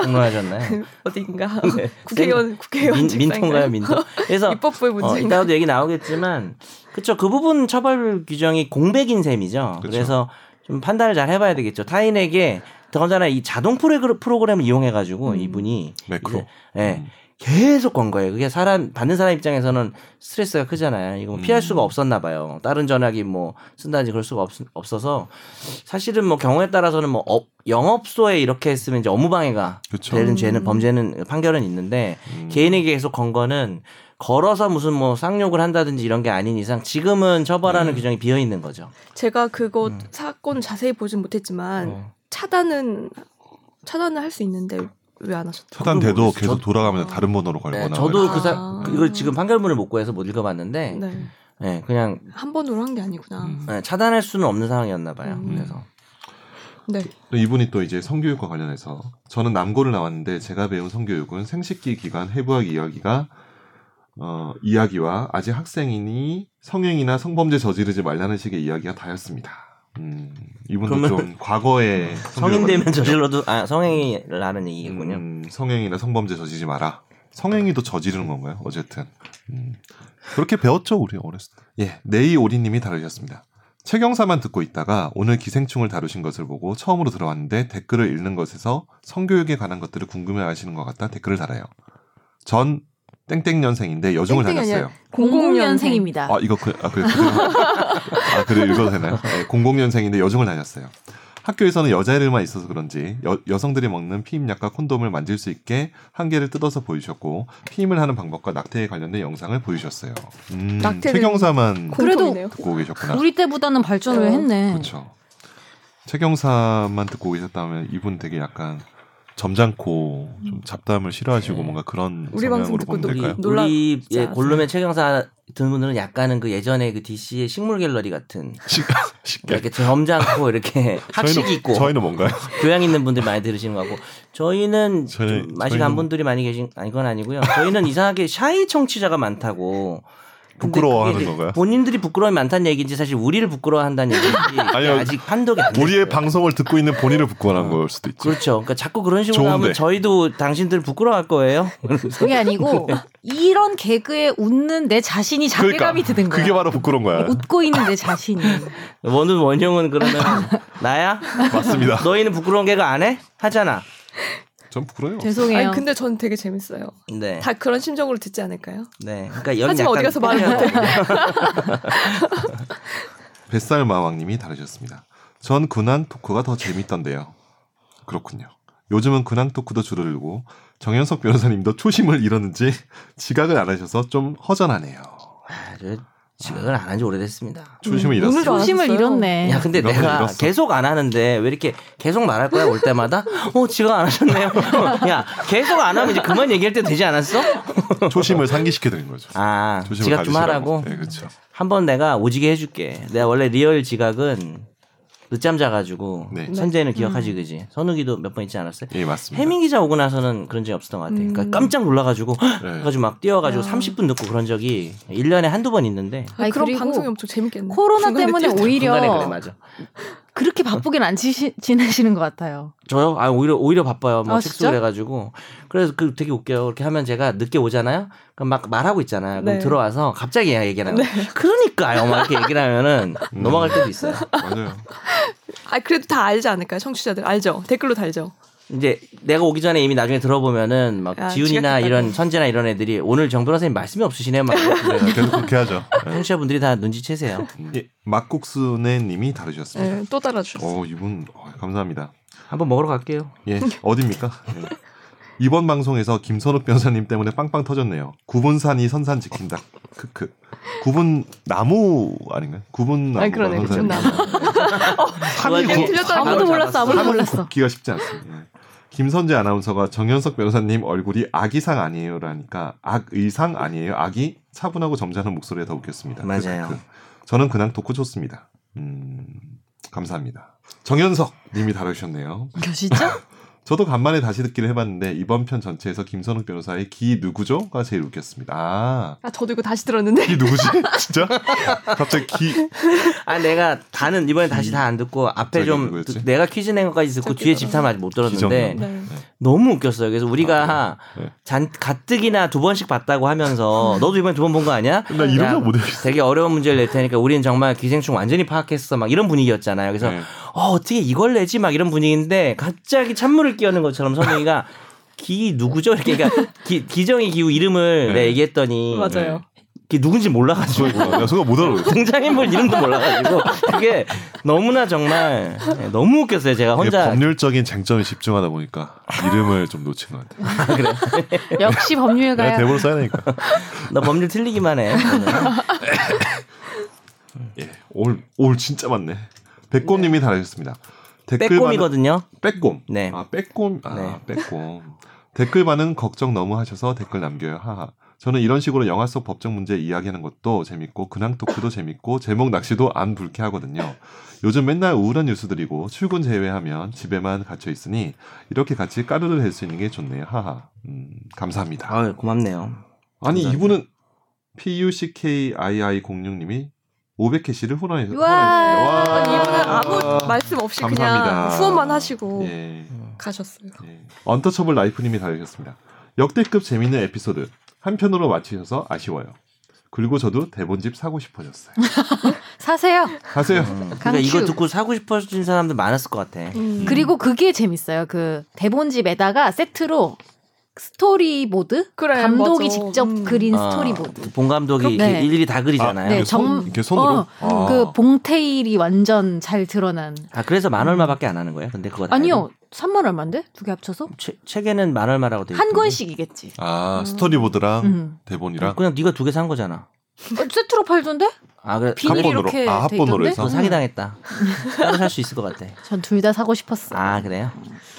S2: 공론하셨나요?
S1: 어딘가
S2: 네.
S1: 그 국회의원 국회의원
S2: 민,
S1: 책상인가요?
S2: 민통가요, 민통. 그래서
S1: 입법부의
S2: 어,
S1: 문제인가?
S2: 이따가도 얘기 나오겠지만 그쵸 그 부분 처벌 규정이 공백인 셈이죠.
S3: 그쵸.
S2: 그래서좀 판단을 잘 해봐야 되겠죠. 타인에게 더군다나 이 자동 프로그램, 프로그램을 이용해 가지고
S1: 음.
S2: 이분이
S3: 매크로.
S2: 이제, 예,
S3: 음.
S2: 계속 건 거예요. 그게 사람 받는 사람 입장에서는 스트레스가 크잖아요. 이거 뭐 피할
S3: 음.
S2: 수가 없었나 봐요. 다른 전화기 뭐 쓴다든지 그럴 수가 없, 없어서 사실은 뭐 경우에 따라서는 뭐 업, 영업소에 이렇게 했으면 이제 업무방해가
S3: 그렇죠.
S2: 되는
S1: 음.
S2: 죄는 범죄는 판결은 있는데
S3: 음.
S2: 개인에게 계속 건 거는 걸어서 무슨 뭐 쌍욕을 한다든지 이런 게 아닌 이상 지금은 처벌하는
S3: 음.
S2: 규정이 비어 있는 거죠.
S1: 제가 그거
S2: 음.
S1: 사건 자세히 보진 못했지만
S2: 어.
S1: 차단은 차단을 할 수 있는데 왜 안 하셨죠?
S2: 저도
S3: 차단돼도
S2: 모르겠어요.
S3: 계속
S2: 저-
S3: 돌아가면 다른 번호로
S2: 네,
S3: 걸거나.
S2: 저도
S3: 이렇게.
S2: 그
S1: 아.
S2: 사, 이걸 지금 판결문을 못 구해서 못 읽어봤는데, 네.
S1: 네.
S2: 그냥
S1: 한 번으로 한 게 아니구나.
S3: 음.
S2: 네, 차단할 수는 없는 상황이었나 봐요.
S1: 음.
S2: 그래서
S1: 네.
S3: 또 이분이 또 이제 성교육과 관련해서 저는 남고를 나왔는데 제가 배운 성교육은 생식기 기관 해부학 이야기가 어, 이야기와 아직 학생이니 성행위나 성범죄 저지르지 말라는 식의 이야기가 다였습니다. 음, 이분도
S2: 그러면
S3: 좀 과거에
S2: 성인 되면 저질러도 아 성행위를 하는 얘기군요.
S3: 음, 성행위나 성범죄 저지르지 마라. 성행위도 저지르는 건가요? 어쨌든 음, 그렇게 배웠죠 우리 어렸을 때. 예, 네이 오리님이 다루셨습니다. 최경사만 듣고 있다가 오늘 기생충을 다루신 것을 보고 처음으로 들어왔는데 댓글을 읽는 것에서 성교육에 관한 것들을 궁금해하시는 것 같다 댓글을 달아요. 전 땡땡 년생인데 여중을
S1: 땡땡이 아니라
S3: 다녔어요.
S4: 00년생입니다.
S3: 아 이거 그, 아 그래 그대로, 아 그래 읽어도 되나요? 네, 00년생인데 여중을 다녔어요. 학교에서는 여자 애들만 있어서 그런지 여, 성들이 먹는 피임약과 콘돔을 만질 수 있게 한 개를 뜯어서 보여주셨고 피임을 하는 방법과 낙태에 관련된 영상을 보여주셨어요. 음,
S1: 낙태는
S3: 최경사만
S4: 그래도
S1: 공통이네요.
S3: 듣고 계셨구나.
S4: 우리 때보다는 발전을
S1: 어.
S4: 했네.
S3: 그렇죠. 최경사만 듣고 계셨다면 이분 되게 약간 점잖고 좀 잡담을 싫어하시고
S2: 네.
S3: 뭔가 그런
S1: 우리 방송
S3: 성향으로
S1: 듣고
S3: 보면
S1: 또
S3: 될까요?
S1: 이- 놀라-
S2: 우리
S1: 놀랍지
S2: 예,
S1: 않아요?
S2: 골룸의 최경사 듣는 분들은 약간은 그 예전에 그 DC의 식물 갤러리 같은
S3: 시- 쉽게
S2: 이렇게 점잖고 이렇게 네. 학식이 있고
S3: 저희는 뭔가요?
S2: 교양 있는 분들 많이 들으시는 거고 저희는
S3: 저희-
S2: 좀 맛이 아,
S3: 저희는-
S2: 간 분들이 많이 계신 아니 그건 아니고요. 저희는 이상하게 샤이 청취자가 많다고
S3: 부끄러워하는
S2: 근데 그게
S3: 건가요?
S2: 본인들이 부끄러움이 많다는 얘기인지 사실 우리를 부끄러워한다는 얘기인지
S3: 아니요.
S2: 아직 판독이 안 됐어요.
S3: 우리의 방송을 듣고 있는 본인을 부끄러워한 걸 수도 있죠.
S2: 그렇죠. 그러니까 자꾸 그런 식으로
S3: 좋은데.
S2: 하면 저희도 당신들 부끄러워할 거예요.
S4: 그게 아니고 이런 개그에 웃는 내 자신이 자괴감이 드는 거야.
S3: 그러니까
S4: 어,
S3: 그게 바로 부끄러운 거야.
S4: 웃고 있는 내 자신이. 어.
S2: 원은 원형은 그러면 나야?
S3: 맞습니다.
S2: 너희는 부끄러운 개그 안 해? 하잖아.
S3: 전 부끄러워요.
S4: 죄송해요.
S1: 아니 근데 저는 되게 재밌어요.
S2: 네.
S1: 다 그런 심정으로 듣지 않을까요?
S2: 네. 그러니까 연
S1: 하지만
S2: 약간
S1: 어디 가서 말을
S2: 끌려요.
S3: 뱃살 마왕님이 다루셨습니다. 전 근황 토크가 더 재밌던데요. 그렇군요. 요즘은 근황 토크도 줄어들고 정현석 변호사님도 초심을 잃었는지 지각을 안 하셔서 좀 허전하네요.
S2: 아, 저 지각을 안 한 지 오래됐습니다.
S3: 초심을
S1: 음,
S3: 잃었어요.
S1: 오늘도 안
S4: 조심을
S1: 알았어요.
S4: 잃었네.
S2: 야, 근데
S3: 명분
S2: 내가
S3: 잃었어.
S2: 계속 안 하는데 왜 이렇게 계속 말할 거야 올 때마다? 어, 지각 안 하셨네요. 야, 계속 안 하면 이제 그만 얘기할 때 되지 않았어?
S3: 초심을 상기시켜 드린 거죠.
S2: 아,
S3: 초심을
S2: 지각 좀
S3: 가지시라고.
S2: 하라고.
S3: 네, 그렇죠.
S2: 한번 내가 오지게 해줄게. 내가 원래 리얼 지각은 늦잠 자가지고
S3: 네.
S1: 음.
S2: 선재는 기억하지 그지? 선욱이도 몇 번 있지 않았어요?
S3: 예, 맞습니다.
S2: 해민 기자 오고 나서는 그런 적이 없었던 것 같아요. 그러니까 깜짝 놀라가지고
S3: 네.
S2: 그래가지고 막 뛰어가지고 30분 늦고 그런 적이 1년에 한두 번 있는데
S4: 아니,
S1: 그런
S4: 그리고
S1: 방송이 엄청 재밌겠네.
S4: 코로나
S1: 중간에
S4: 때문에
S1: 띄워서.
S2: 중간에 그래
S4: 오히려
S2: 맞아.
S4: 그렇게 바쁘게는 안 지시, 지내시는 것 같아요.
S2: 저요? 아 오히려 오히려 바빠요. 뭐
S4: 아,
S2: 식수
S4: 진짜?
S2: 그래가지고 그래서 그 되게 웃겨요. 이렇게 하면 제가 늦게 오잖아요. 그럼 막 말하고 있잖아요. 그럼
S1: 네.
S2: 들어와서 갑자기 얘기하는 거. 요 그러니까요. 막 이렇게 얘기를 하면은
S3: 음.
S2: 넘어갈 때도 있어요.
S3: 맞아요.
S1: 아 그래도 다 알지 않을까요? 청취자들 알죠? 댓글로 달죠.
S2: 이제 내가 오기 전에 이미 나중에 들어보면은 막
S1: 아,
S2: 지훈이나
S1: 지각했다고.
S2: 이런 선재나 이런 애들이 오늘 정 변호사님 말씀이 없으시네요. 막 이러고
S3: 네, 계속 그렇게 하죠. 네.
S2: 청취자분들이 다 눈치채세요.
S3: 예, 막국수네님이 다루셨습니다.
S1: 네, 또 달아주셨어요.
S3: 어, 이분 어, 감사합니다.
S2: 한번 먹으러 갈게요.
S3: 예, 어딥니까? 예. 이번 방송에서 김선욱 변호사님 때문에 빵빵 터졌네요. 구분산이 선산 지킨다. 크크. 구분 나무 아닌가요? 구분 나무.
S1: 아니, 그러네. 구분 어,
S3: 뭐 산이
S2: 그거
S3: 구-
S1: 틀렸다.
S2: 바로
S4: 아무도 몰랐어,
S2: 잡았어.
S4: 아무도
S3: 산은
S4: 몰랐어.
S3: 굽기가 쉽지 않습니다. 예. 김선재 아나운서가 정현석 변호사님 얼굴이 악의상 아니에요라니까 악의상 아니에요. 악이 차분하고 점잖은 목소리에 더 웃겼습니다.
S2: 맞아요.
S3: 크크크. 저는 그냥 독고 좋습니다. 음, 감사합니다. 정현석 님이 다루셨네요.
S4: 진짜?
S3: 저도 간만에 다시 듣기를 해봤는데 이번 편 전체에서 김선욱 변호사의 기 누구죠가 제일 웃겼습니다. 아,
S1: 아 저도 이거 다시 들었는데
S3: 기 누구지? 진짜? 갑자기 기
S2: 아 내가 다는 이번에 다시 다 안 듣고 앞에
S3: 갑자기
S2: 좀
S3: 누구였지?
S2: 듣- 내가 퀴즈 낸 것까지 듣고
S1: 갑자기
S2: 뒤에 집탐 아직 못 들었는데
S3: 기정이요?
S1: 네.
S2: 너무 웃겼어요. 그래서 우리가
S3: 네.
S2: 잔 가뜩이나 두 번씩 봤다고 하면서 너도 이번에 두 번 본 거 아니야?
S3: 나 이런
S2: 야,
S3: 거 못해.
S2: 되게 어려운 문제를 낼 테니까 우리는 정말 기생충 완전히 파악했어 막 이런 분위기였잖아요. 그래서
S3: 네.
S2: 어, 어떻게 이걸 내지 막 이런 분위기인데 갑자기 찬물을 끼얹는 것처럼 선영이가 기 누구죠? 이렇게 그러니까 기, 기정이 기우 이름을
S3: 네.
S2: 내가 얘기했더니
S1: 맞아요.
S2: 이게 누군지 몰라가지고
S3: 나 순간 못 알아보겠어.
S2: 등장인물 이름도 몰라가지고 그게 너무나 정말 네, 너무 웃겼어요. 제가
S3: 이게
S2: 혼자
S3: 법률적인 쟁점에 집중하다 보니까 이름을 좀 놓친 것 같아요.
S4: 역시 법률
S3: 내가
S4: 가야.
S3: 대본을 써야 되니까.
S2: 나 법률 틀리기만 해. 저는.
S3: 예, 올, 올 진짜 많네. 백곰님이
S2: 네.
S3: 달아주셨습니다. 댓글 반응-
S2: 빼꼼이거든요.
S3: 빼꼼.
S2: 네.
S3: 아 빼꼼. 아
S2: 네.
S3: 빼꼼. 댓글 반응 걱정 너무 하셔서 댓글 남겨요. 하하. 저는 이런 식으로 영화 속 법정 문제 이야기하는 것도 재밌고 근황 토크도 재밌고 제목 낚시도 안 불쾌하거든요. 요즘 맨날 우울한 뉴스들이고 출근 제외하면 집에만 갇혀 있으니 이렇게 같이 까르르 할 수 있는 게 좋네요. 하하. 음, 감사합니다.
S2: 아 고맙네요.
S4: 음.
S3: 아니
S2: 감사합니다.
S3: 이분은 PUCKII06님이 500캐시를 후원해서
S4: 우와.
S1: 아니,
S4: 아,
S1: 이분은 아무 말씀 없이
S3: 감사합니다.
S1: 그냥 후원만 하시고
S3: 예.
S1: 가셨어요.
S3: 예. 언터처블 라이프님이 달으셨습니다. 역대급 재밌는 에피소드 한편으로 마치셔서 아쉬워요. 그리고 저도 대본집 사고 싶어졌어요.
S4: 사세요.
S3: 하세요.
S4: 음.
S2: 그러니까 이거
S4: 강추.
S2: 듣고 사고 싶어진 사람들 많았을 것 같아.
S1: 음.
S4: 그리고 그게 재밌어요. 그 대본집에다가 세트로 스토리보드
S1: 그래,
S4: 감독이
S1: 네, 맞아.
S4: 직접
S1: 음.
S4: 그린
S2: 아,
S4: 스토리보드.
S2: 본 감독이
S4: 그럼-
S2: 이렇게
S4: 네.
S2: 일일이 다
S3: 아,
S2: 그리잖아요.
S4: 네,
S3: 손,
S4: 정-
S3: 이렇게 손으로. 아.
S4: 그 봉테일이 완전 잘 드러난.
S2: 아 그래서 만 얼마밖에 안 하는 거예요? 근데 그거 다
S4: 음. 아니요, 3만 얼마인데 두 개 합쳐서
S2: 채- 책에는 만 얼마라고 돼.
S4: 한
S2: 있거든요.
S4: 권씩이겠지.
S3: 아, 스토리보드랑
S4: 음.
S3: 대본이랑
S2: 아, 그냥 네가 두 개 산 거잖아.
S4: 어, 세트로 팔던데?
S2: 아 그래.
S4: 비닐이
S2: 그래,
S3: 합본으로.
S4: 이렇게
S3: 아,
S4: 돼
S3: 합본으로
S4: 있던데? 음.
S3: 해서?
S2: 너 사기 당했다. 따로 살 수 있을 것 같아.
S4: 전 둘 다 사고 싶었어.
S2: 아 그래요?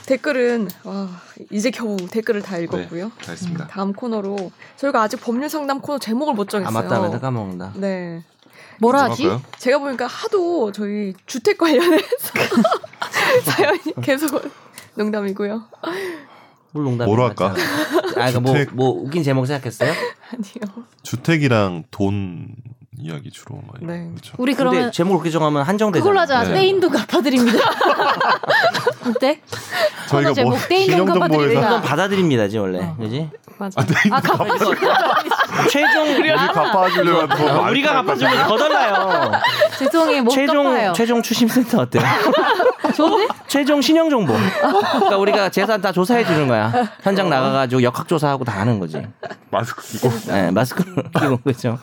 S1: 댓글은 와, 이제 겨우 댓글을 다 읽었고요.
S3: 다 했습니다.
S1: 다음 코너로 저희가 아직 법률 상담 코너 제목을 못
S2: 아
S1: 정했어요.
S2: 맞다. 맨날 까먹는다.
S1: 네.
S4: 뭐라 하지?
S3: 넘어갈까요?
S1: 제가 보니까 하도 저희 주택 관련해서 사연이 계속 올- 농담이고요.
S2: 뭘 농담.
S3: 뭐로 할까?
S2: 아, 그러니까 뭐,
S3: 주택.
S2: 뭐 웃긴 제목 생각했어요?
S4: 네,
S1: 아니요.
S3: 주택이랑 돈 이야기 주로 많이
S1: 네.
S3: 그렇죠.
S4: 우리
S2: 근데
S4: 그러면
S2: 제목을 그렇게 정하면 한정되잖아.
S4: 그걸로 하자.
S3: 네.
S4: 떼인도 갚아드립니다. 어때?
S3: 저희가
S4: 코너 제목
S3: 뭐
S4: 떼인 돈
S3: 금융정보에서
S4: 갚아드립니다.
S2: 이건 네. 받아들입니다지 원래,
S4: 어.
S2: 그지?
S1: 맞아.
S3: 아, 네.
S4: 아 갚아.
S2: 최종
S3: 우리 갚아주려면 더
S2: 아,
S3: 많이
S2: 우리가
S3: 갚아야
S2: 갚아주면 더 달라요.
S4: 죄송해 못
S2: 최종
S4: 갚아요.
S2: 최종 추심센터 어때요?
S4: 좋은데?
S2: 최종 신용 정보. 그러니까 우리가 재산 다 조사해 주는 거야. 현장 나가가지고 역학 조사하고 다 하는 거지.
S3: 마스크 끼고
S4: 음.
S2: 네, 마스크 끼고 그죠.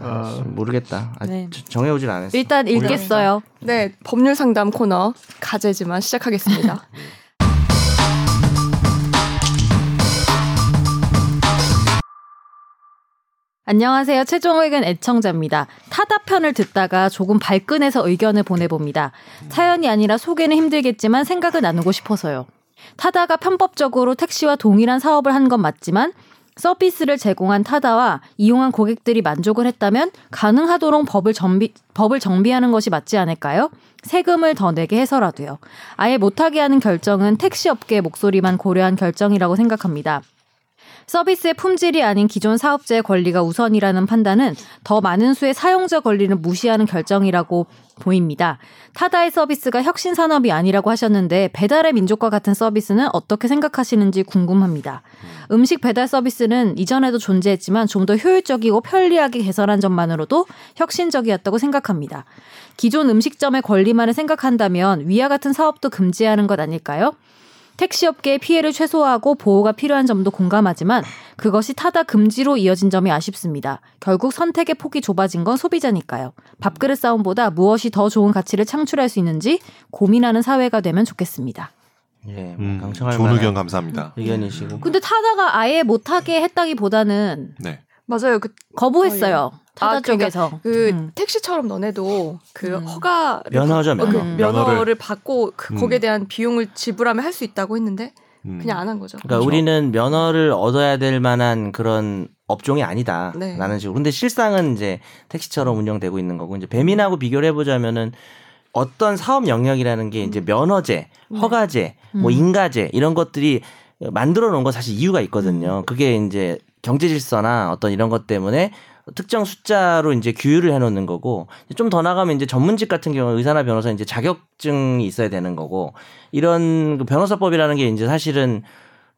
S2: 아, 모르겠다. 아,
S4: 네.
S2: 저- 정해오질 않았어.
S4: 일단 읽겠어요.
S1: 네, 법률 상담 코너 가제지만 시작하겠습니다.
S4: 안녕하세요. 최종 의견 애청자입니다. 타다편을 듣다가 조금 발끈해서 의견을 보내봅니다. 사연이 아니라 소개는 힘들겠지만 생각을 나누고 싶어서요. 타다가 편법적으로 택시와 동일한 사업을 한 건 맞지만 서비스를 제공한 타다와 이용한 고객들이 만족을 했다면 가능하도록 법을 정비, 법을 정비하는 것이 맞지 않을까요? 세금을 더 내게 해서라도요. 아예 못하게 하는 결정은 택시업계의 목소리만 고려한 결정이라고 생각합니다. 서비스의 품질이 아닌 기존 사업자의 권리가 우선이라는 판단은 더 많은 수의 사용자 권리를 무시하는 결정이라고 보입니다. 타다의 서비스가 혁신 산업이 아니라고 하셨는데 배달의 민족과 같은 서비스는 어떻게 생각하시는지 궁금합니다. 음식 배달 서비스는 이전에도 존재했지만 좀 더 효율적이고 편리하게 개선한 점만으로도 혁신적이었다고 생각합니다. 기존 음식점의 권리만을 생각한다면 위와 같은 사업도 금지하는 것 아닐까요? 택시업계의 피해를 최소화하고 보호가 필요한 점도 공감하지만 그것이 타다 금지로 이어진 점이 아쉽습니다. 결국 선택의 폭이 좁아진 건 소비자니까요. 밥그릇 싸움보다 무엇이 더 좋은 가치를 창출할 수 있는지 고민하는 사회가 되면 좋겠습니다.
S2: 예, 뭐
S3: 음,
S2: 강청할
S3: 좋은
S2: 만한
S3: 의견 감사합니다. 음.
S2: 의견이시고.
S4: 근데 타다가 아예 못하게 했다기보다는
S3: 네.
S1: 맞아요. 그,
S4: 거부했어요. 타다
S1: 아, 그러니까
S4: 쪽에서.
S1: 그
S4: 음.
S1: 택시처럼 너네도 그
S4: 음.
S1: 허가
S2: 면허죠
S1: 어, 그
S2: 면허.
S4: 음.
S1: 면허를,
S3: 면허를
S1: 받고 그
S3: 음.
S1: 거기에 대한 비용을 지불하면 할 수 있다고 했는데
S3: 음.
S1: 그냥 안 한 거죠. 그렇죠?
S2: 그러니까 우리는 면허를 얻어야 될 만한 그런 업종이 아니다.
S1: 네.
S2: 라는 식으로. 근데 실상은 이제 택시처럼 운영되고 있는 거고 이제 배민하고 비교를 해보자면은 어떤 사업 영역이라는 게 이제 면허제, 허가제, 뭐
S4: 음.
S2: 인가제 이런 것들이 만들어 놓은 건 사실 이유가 있거든요. 그게 이제 경제 질서나 어떤 이런 것 때문에 특정 숫자로 이제 규율을 해놓는 거고 좀 더 나가면 이제 전문직 같은 경우 는 의사나 변호사 이제 자격증이 있어야 되는 거고 이런 그 변호사법이라는 게 이제 사실은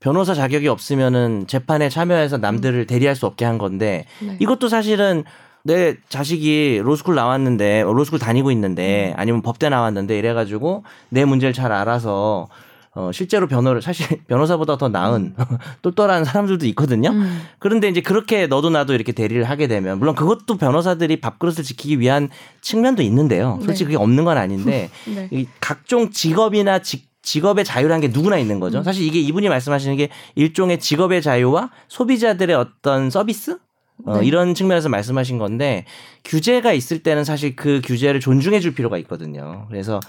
S2: 변호사 자격이 없으면은 재판에 참여해서 남들을 대리할 수 없게 한 건데
S1: 네.
S2: 이것도 사실은 내 자식이 로스쿨 나왔는데 어, 로스쿨 다니고 있는데 아니면 법대 나왔는데 이래가지고 내 문제를 잘 알아서 어 실제로 변호를 사실 변호사보다 더 나은 똘똘한 사람들도 있거든요.
S4: 음.
S2: 그런데 이제 그렇게 너도 나도 이렇게 대리를 하게 되면 물론 그것도 변호사들이 밥그릇을 지키기 위한 측면도 있는데요. 솔직히 그게 없는 건 아닌데
S1: 네.
S2: 이 각종 직업이나 직 직업의 자유라는 게 누구나 있는 거죠. 사실 이게 이분이 말씀하시는 게 일종의 직업의 자유와 소비자들의 어떤 서비스 어,
S1: 네.
S2: 이런 측면에서 말씀하신 건데 규제가 있을 때는 사실 그 규제를 존중해줄 필요가 있거든요. 그래서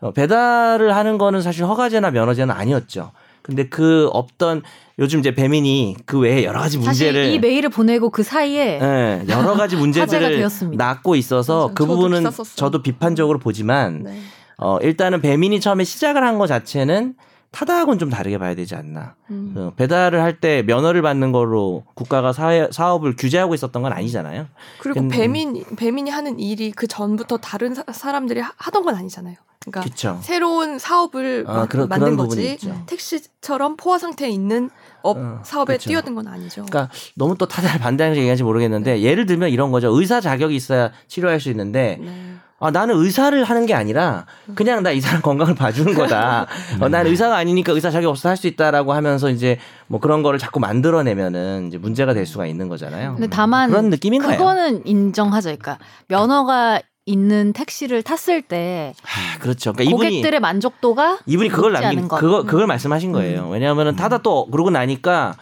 S2: 어, 배달을 하는 거는 사실 허가제나 면허제는 아니었죠. 근데 그 없던 요즘 이제 배민이 그 외에 여러 가지 문제를
S4: 사실 이 메일을 보내고 그 사이에
S2: 예, 여러 가지
S4: 화제가
S2: 문제들을
S4: 되었습니다.
S2: 낳고 있어서
S1: 맞아요.
S2: 그
S1: 저도
S2: 부분은
S1: 비쌌었어요.
S2: 저도 비판적으로 보지만
S1: 네.
S2: 어, 일단은 배민이 처음에 시작을 한 거 자체는 타다하고는 좀 다르게 봐야 되지 않나.
S1: 음.
S2: 어, 배달을 할 때 면허를 받는 거로 국가가 사회, 사업을 규제하고 있었던 건 아니잖아요.
S1: 그리고
S2: 근-
S1: 배민 배민이 하는 일이 그 전부터 다른 사, 람들이 하던 건 아니잖아요. 그러니까
S2: 그렇죠.
S1: 새로운 사업을
S2: 아,
S1: 마-
S2: 그런-
S1: 만든
S2: 그런 부분이
S1: 거지
S2: 있죠.
S1: 택시처럼 포화 상태에 있는 업
S2: 어,
S1: 사업에
S2: 그렇죠.
S1: 뛰어든 건 아니죠.
S2: 그러니까 너무 또 타다를 반대하는 얘기인지 모르겠는데 예를 들면 이런 거죠. 의사 자격이 있어야 치료할 수 있는데
S1: 네.
S2: 아, 나는 의사를 하는 게 아니라 그냥 나 이 사람 건강을 봐주는 거다. 어, 난 의사가 아니니까 의사 자격 없어 할 수 있다라고 하면서 이제 뭐 그런 거를 자꾸 만들어내면은 이제 문제가 될 수가 있는 거잖아요.
S4: 근데 다만
S2: 그런 느낌인 거예요.
S4: 그거는 인정하죠. 그러니까 면허가 있는 택시를 탔을 때
S2: 아, 그렇죠. 그러니까 이분이
S4: 고객들의 만족도가
S2: 이분이 그걸
S4: 높지
S2: 남긴
S4: 않은 것. 음.
S2: 그거 그걸 말씀하신 거예요. 왜냐하면은 타다 또 그러고 나니까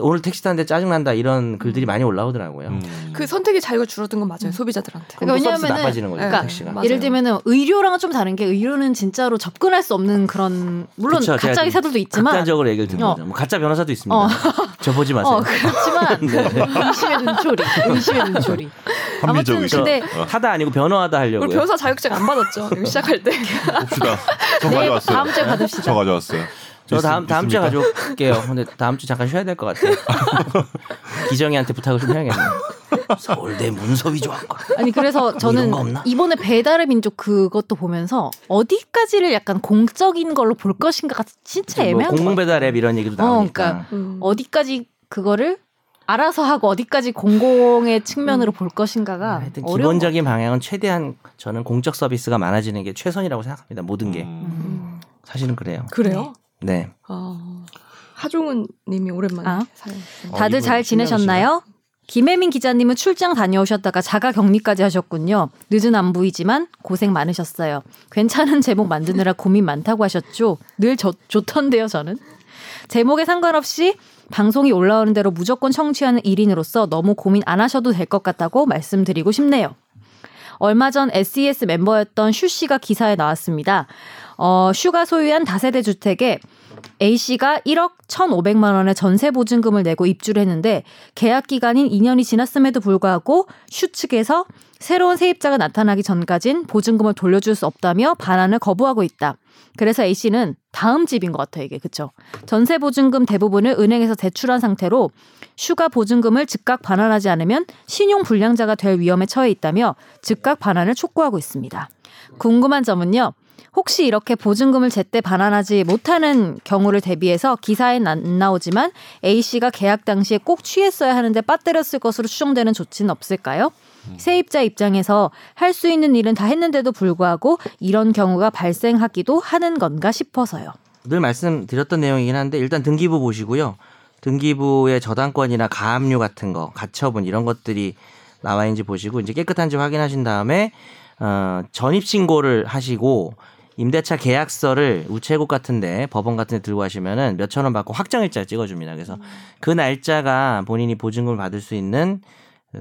S2: 오늘 택시 타는데 짜증 난다
S4: 음.
S2: 이런 글들이 많이 올라오더라고요.
S3: 음.
S1: 그 선택의 자유가 줄어든 건 맞아요. 소비자들한테.
S2: 그럼 또 서비스
S4: 그러니까 왜냐하면은-
S2: 나빠지는 거죠
S1: 그러니까
S2: 택시가.
S1: 맞아요.
S4: 예를 들면은 의료랑은 좀 다른 게 의료는 진짜로 접근할 수 없는 그런 물론
S2: 그쵸, 제가
S4: 가짜 의사들도 있지만
S2: 극단적으로 얘기를 듣는
S4: 어.
S2: 거죠. 뭐 가짜 변호사도 있습니다.
S4: 어.
S2: 저 보지 마세요. 네.
S4: 어 그렇지만 의심의 눈초리 의심의 눈초리
S3: 합리적
S4: 아무튼
S3: 의견.
S4: 근데
S3: 어,
S2: 타다 아니고 변호하다
S1: 우리 변호사
S2: 하려고요.
S1: 자격증 안 받았죠. 여기 시작할 때.
S3: 봅시다. 저
S4: 네
S3: 가져왔어요.
S4: 다음 주에
S3: 저
S4: 받읍시다.
S3: 가져왔어요.
S2: 저 다음
S3: 있-
S2: 다음 주에
S3: 있습니까?
S2: 가져올게요. 근데 다음 주 잠깐 쉬어야 될 것 같아요. 기정이한테 부탁을 좀 해야겠네요. 서울대 문서위 조합과
S4: 아니 그래서
S2: 뭐 이런
S4: 저는
S2: 거 없나?
S4: 이번에 배달의 민족 그것도 보면서 어디까지를 약간 공적인 걸로 볼 것인가가 진짜
S2: 뭐
S4: 애매한 거
S2: 공공배달 앱 이런 얘기도
S4: 어,
S2: 나오니까.
S4: 그러니까.
S1: 음.
S4: 어디까지 그거를 알아서 하고 어디까지 공공의 측면으로 볼 것인가가
S2: 음. 네, 하여튼
S4: 아, 어려운 거.
S2: 기본적인 방향은 최대한 저는 공적 서비스가 많아지는 게 최선이라고 생각합니다. 모든 게
S3: 음,
S4: 음.
S2: 사실은 그래요.
S1: 그래요?
S2: 네.
S1: 아, 하종은 님이 오랜만에
S4: 아.
S1: 사연. 주셨네요.
S3: 어,
S4: 다들
S3: 이분
S4: 잘 지내셨나요? 김혜민 기자님은 출장 다녀오셨다가 자가 격리까지 하셨군요. 늦은 안부이지만 고생 많으셨어요. 괜찮은 제목 만드느라 고민 많다고 하셨죠? 늘 좋- 좋던데요, 저는. 제목에 상관없이 방송이 올라오는 대로 무조건 청취하는 1인으로서 너무 고민 안 하셔도 될 것 같다고 말씀드리고 싶네요. 얼마 전 SES 멤버였던 슈 씨가 기사에 나왔습니다. 어, 슈가 소유한 다세대 주택에 A 씨가 1억 1,500만 원의 전세 보증금을 내고 입주를 했는데 계약 기간인 2년이 지났음에도 불구하고 슈 측에서 새로운 세입자가 나타나기 전까진 보증금을 돌려줄 수 없다며 반환을 거부하고 있다. 그래서 A 씨는 다음 집인 것 같아요, 이게 그쵸? 전세 보증금 대부분을 은행에서 대출한 상태로 슈가 보증금을 즉각 반환하지 않으면 신용 불량자가 될 위험에 처해 있다며 즉각 반환을 촉구하고 있습니다. 궁금한 점은요. 혹시 이렇게 보증금을 제때 반환하지 못하는 경우를 대비해서 기사엔 안 나오지만 A 씨가 계약 당시에 꼭 취했어야 하는데 빠뜨렸을 것으로 추정되는 조치는 없을까요? 세입자 입장에서 할 수 있는 일은 다 했는데도 불구하고 이런 경우가 발생하기도 하는 건가 싶어서요.
S2: 늘 말씀드렸던 내용이긴 한데 일단 등기부 보시고요. 등기부의 저당권이나 가압류 같은 거, 가처분 이런 것들이 나와 있는지 보시고 이제 깨끗한지 확인하신 다음에 어, 전입 신고를 하시고 임대차 계약서를 우체국 같은데 법원 같은데 들고 하시면은 몇천 원 받고 확정일자 를 찍어줍니다. 그래서
S4: 음.
S2: 그 날짜가 본인이 보증금을 받을 수 있는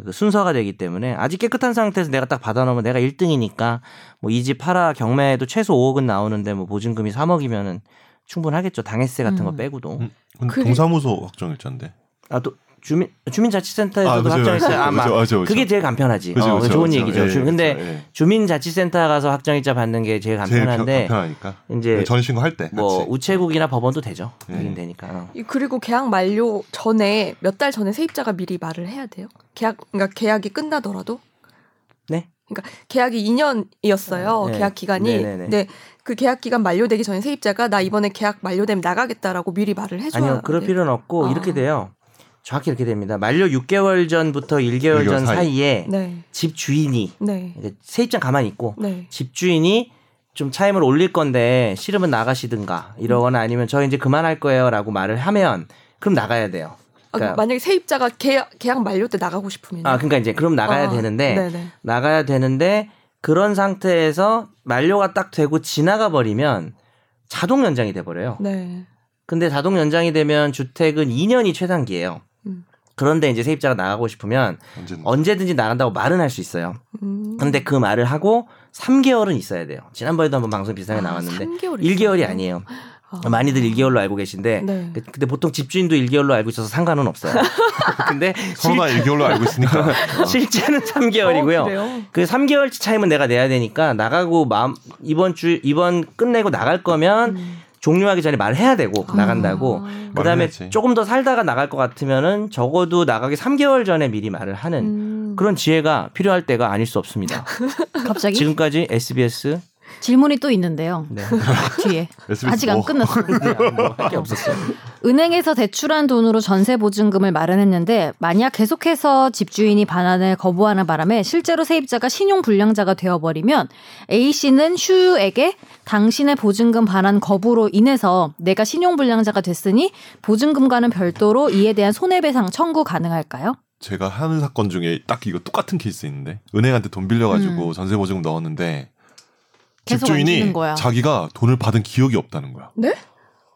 S2: 그 순서가 되기 때문에 아직 깨끗한 상태에서 내가 딱 받아놓으면 내가 1등이니까 뭐 이 집 팔아 경매에도 최소 5억은 나오는데 뭐 보증금이 3억이면은 충분하겠죠 당해세 같은 거
S4: 음.
S2: 빼고도
S3: 음, 근데
S1: 그리-
S3: 동사무소 확정일자인데.
S2: 아 또 주민 주민자치센터에서도 확정일자 아마
S3: 그죠,
S2: 그게 제일 간편하지 어, 좋은 얘기죠 예. 주- 근데 주민자치센터 가서 확정일자 받는 게 제일
S3: 제일 편-
S2: 간편한데 네,
S3: 간편하니까 네,
S2: 이제
S3: 전신고 할 때.
S2: 뭐
S3: 같이.
S2: 우체국이나 법원도 되죠
S3: 예.
S2: 하긴 되니까 어.
S1: 이- 그리고 계약 만료 전에 몇 달 전에 세입자가 미리 말을 해야 돼요. 계약 그러니까 계약이 끝나더라도
S2: 네
S1: 그러니까 계약이 2년이었어요.
S2: 네.
S1: 계약 기간이.
S2: 네네네.
S1: 근데 그 계약 기간 만료되기 전에 세입자가 나 이번에 계약 만료되면 나가겠다라고 미리 말을 해줘야
S2: 아니요, 그럴
S1: 돼요.
S2: 필요는 없고
S1: 아.
S2: 이렇게 돼요. 정확히 이렇게 됩니다. 만료 6개월 전부터 1개월,
S3: 일개월
S2: 전
S3: 사이.
S2: 사이에
S1: 네,
S2: 집 주인이
S1: 네,
S2: 이제 세입장 가만히 있고
S1: 네.
S2: 집 주인이 좀 차임을 올릴 건데 싫으면 나가시든가 이러거나 아니면 저 이제 그만할 거예요라고 말을 하면 그럼 나가야 돼요.
S1: 아,
S2: 그러니까-
S1: 만약에 세입자가 계약, 계약 만료 때 나가고 싶으면
S2: 아 그러니까 이제 그럼 나가야 되는데
S1: 네네.
S2: 나가야 되는데 그런 상태에서 만료가 딱 되고 지나가 버리면 자동 연장이 돼 버려요.
S1: 네.
S2: 근데 자동 연장이 되면 주택은 2년이 최단기예요.
S1: 음.
S2: 그런데 이제 세입자가 나가고 싶으면
S3: 언제든
S2: 언제든지 나간다고 말은 할 수 있어요.
S1: 음.
S2: 근데 그 말을 하고 3개월은 있어야 돼요. 지난번에도 한번 방송 비슷하게
S1: 아,
S2: 나왔는데
S1: 3개월이
S2: 1개월이 아니에요.
S1: 아.
S2: 많이들 1개월로 알고 계신데
S1: 네.
S2: 그- 근데 보통 집주인도 1개월로 알고 있어서 상관은 없어요. 근데 실,
S3: 서로가 1개월로 알고 있으니까.
S2: 실제는 3개월이고요.
S1: 어, 그래요?
S2: 그 3개월치 차임은 내가 내야 되니까 나가고 마음 이번 주 이번 끝내고 나갈 거면
S1: 음.
S2: 종료하기 전에 말해야 되고 나간다고.
S1: 아.
S2: 그다음에
S3: 말해야지.
S2: 조금 더 살다가 나갈 것 같으면은 적어도 나가기 3개월 전에 미리 말을 하는
S1: 음.
S2: 그런 지혜가 필요할 때가 아닐 수 없습니다.
S4: 갑자기
S2: 지금까지 SBS
S4: 질문이 또 있는데요.
S2: 네.
S4: 뒤에
S3: SBS
S4: 아직 안
S3: 뭐.
S4: 끝났어요.
S2: 할게 없었어요.
S4: 은행에서 대출한 돈으로 전세 보증금을 마련했는데 만약 계속해서 집주인이 반환을 거부하는 바람에 실제로 세입자가 신용 불량자가 되어버리면 A 씨는 슈에게 당신의 보증금 반환 거부로 인해서 내가 신용 불량자가 됐으니 보증금과는 별도로 이에 대한 손해배상 청구 가능할까요?
S3: 제가 하는 사건 중에 딱 이거 똑같은 케이스 있는데 은행한테 돈 빌려가지고 전세 보증금 넣었는데
S4: 음. 계속
S3: 집주인이
S4: 얹히는 거야.
S3: 자기가 돈을 받은 기억이 없다는 거야.
S1: 네?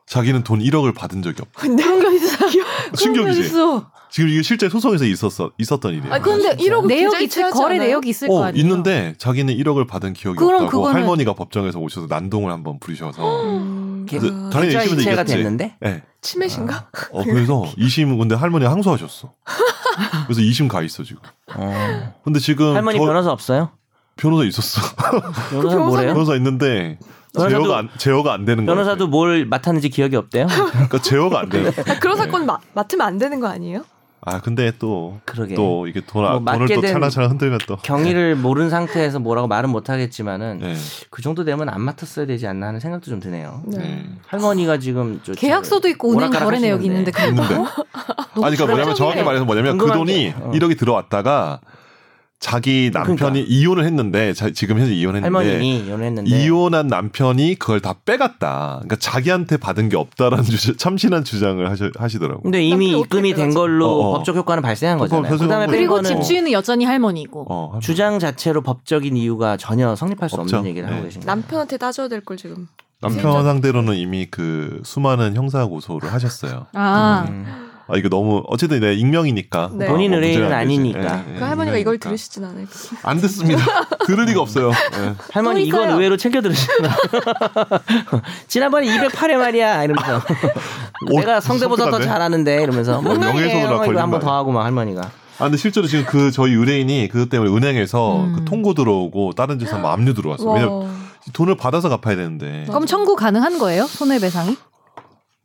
S3: 자기는 돈 1억을 받은 적이 없다.
S1: 근데
S3: 충격이지. 지금 이게 실제 소송에서 있었어 있었던 일이야.
S1: 아, 근데
S2: 진짜.
S1: 1억
S4: 내역이 있을 거래 내역이 있을 거
S3: 어,
S4: 아니에요?
S3: 있는데 자기는 1억을 받은 기억이
S4: 그럼
S3: 없다고
S4: 그거는-
S3: 할머니가 법정에서 오셔서 난동을 한번 부리셔서
S1: 음.
S2: 개-
S3: 그래서 당연히
S2: 진짜
S3: 의심은
S2: 이체가
S3: 네, 이겼지.
S2: 됐는데
S3: 예.
S1: 치매신가?
S3: 어, 그래서 2심 근데 할머니 가 항소하셨어. 그래서 2심 가 있어 지금.
S2: 어.
S3: 근데 지금
S2: 할머니
S3: 음, 저-
S2: 변호사 없어요?
S3: 변호사 있었어.
S4: 그
S2: 변호사
S1: 변호사
S2: 뭐래요?
S3: 변호사 있는데
S2: 변호사도-
S3: 제어가 안, 제어가 안 되는 거예요.
S2: 변호사도 뭘 맡았는지 기억이 없대요.
S3: 그러니까 제어가 안 되는. 거예요.
S1: 아, 그런 사건 마, 맡으면 안 되는 거 아니에요?
S3: 아 근데 또
S2: 그러게.
S3: 또 네. 이게 돈, 아,
S2: 뭐 맞게
S3: 돈을 또
S2: 된
S3: 찰랑찰랑 흔들면 또
S2: 경위를 모른 상태에서 뭐라고 말은 못하겠지만은
S4: 네.
S3: 예.
S2: 그 정도 되면 안 맡았어야 되지 않나 하는 생각도 좀 드네요.
S1: 네.
S5: 네.
S2: 할머니가 지금 저-
S4: 계약서도 있고 은행
S2: 그렇죠. 오락가락
S4: 거래 내역이
S2: 하시는데.
S4: 있는데 그걸
S3: 있는데.
S4: 봐? 너무
S3: 아니 그러니까 뭐냐면 정확히
S4: 불안정해.
S3: 말해서 뭐냐면 그
S2: 어? 궁금한
S3: 돈이
S2: 게- 어.
S3: 1억이 들어왔다가 자기 남편이
S2: 그러니까.
S3: 이혼을 했는데 자, 지금 현재 이혼했는데
S2: 할머니 연애했는데
S3: 네. 이혼한 남편이 그걸 다 빼갔다. 그러니까 자기한테 받은 게 없다라는 주장, 참신한 주장을 하시, 하시더라고. 요
S2: 근데 이미
S1: 남편이
S2: 입금이
S1: 어떻게
S2: 된
S1: 돼가지고.
S2: 걸로
S3: 어, 어.
S2: 법적 효과는 발생한
S3: 그거
S2: 거잖아요.
S3: 발생한
S2: 그다음에
S3: 거죠.
S2: 뺀
S4: 그리고
S2: 거는
S4: 집주인은 여전히 할머니고
S3: 어,
S2: 주장 자체로 법적인 이유가 전혀 성립할 수
S3: 없죠.
S2: 없는 얘기를 하고
S3: 네.
S2: 계신 거예요.
S1: 남편한테 따져야 될 걸 지금.
S3: 남편 상대로는 이미 그 수많은 형사 고소를 하셨어요.
S4: 아
S2: 음.
S3: 아 이거 너무 어쨌든 내 익명이니까
S1: 네.
S2: 본인
S3: 어, 문제는
S2: 의뢰인은
S3: 안 되지.
S2: 아니니까.
S3: 예, 예,
S1: 그 할머니가 이걸
S3: 익명이니까.
S1: 들으시진 않을 거예요.
S5: 안 듣습니다.
S3: 들을 리가 없어요. 예.
S2: 할머니
S4: 또
S2: 이건
S4: 있어요.
S2: 의외로 챙겨 들으시나 지난번에 208회 말이야 이러면서 내가 성대보다 더
S3: 성대하네.
S2: 잘하는데 이러면서
S3: 뭐
S2: 명예훼손으로
S3: 명예훼손으로
S2: 이거
S3: 걸린
S2: 한번
S3: 거
S2: 더 하고 막 할머니가
S3: 아 근데 실제로 지금 그 저희 의뢰인이 그것 때문에 은행에서
S4: 음.
S3: 그 통고 들어오고 다른 데서 막 압류 들어왔어요. 왜냐면 돈을 받아서 갚아야 되는데
S2: 네.
S4: 그럼 청구 가능한 거예요? 손해배상이?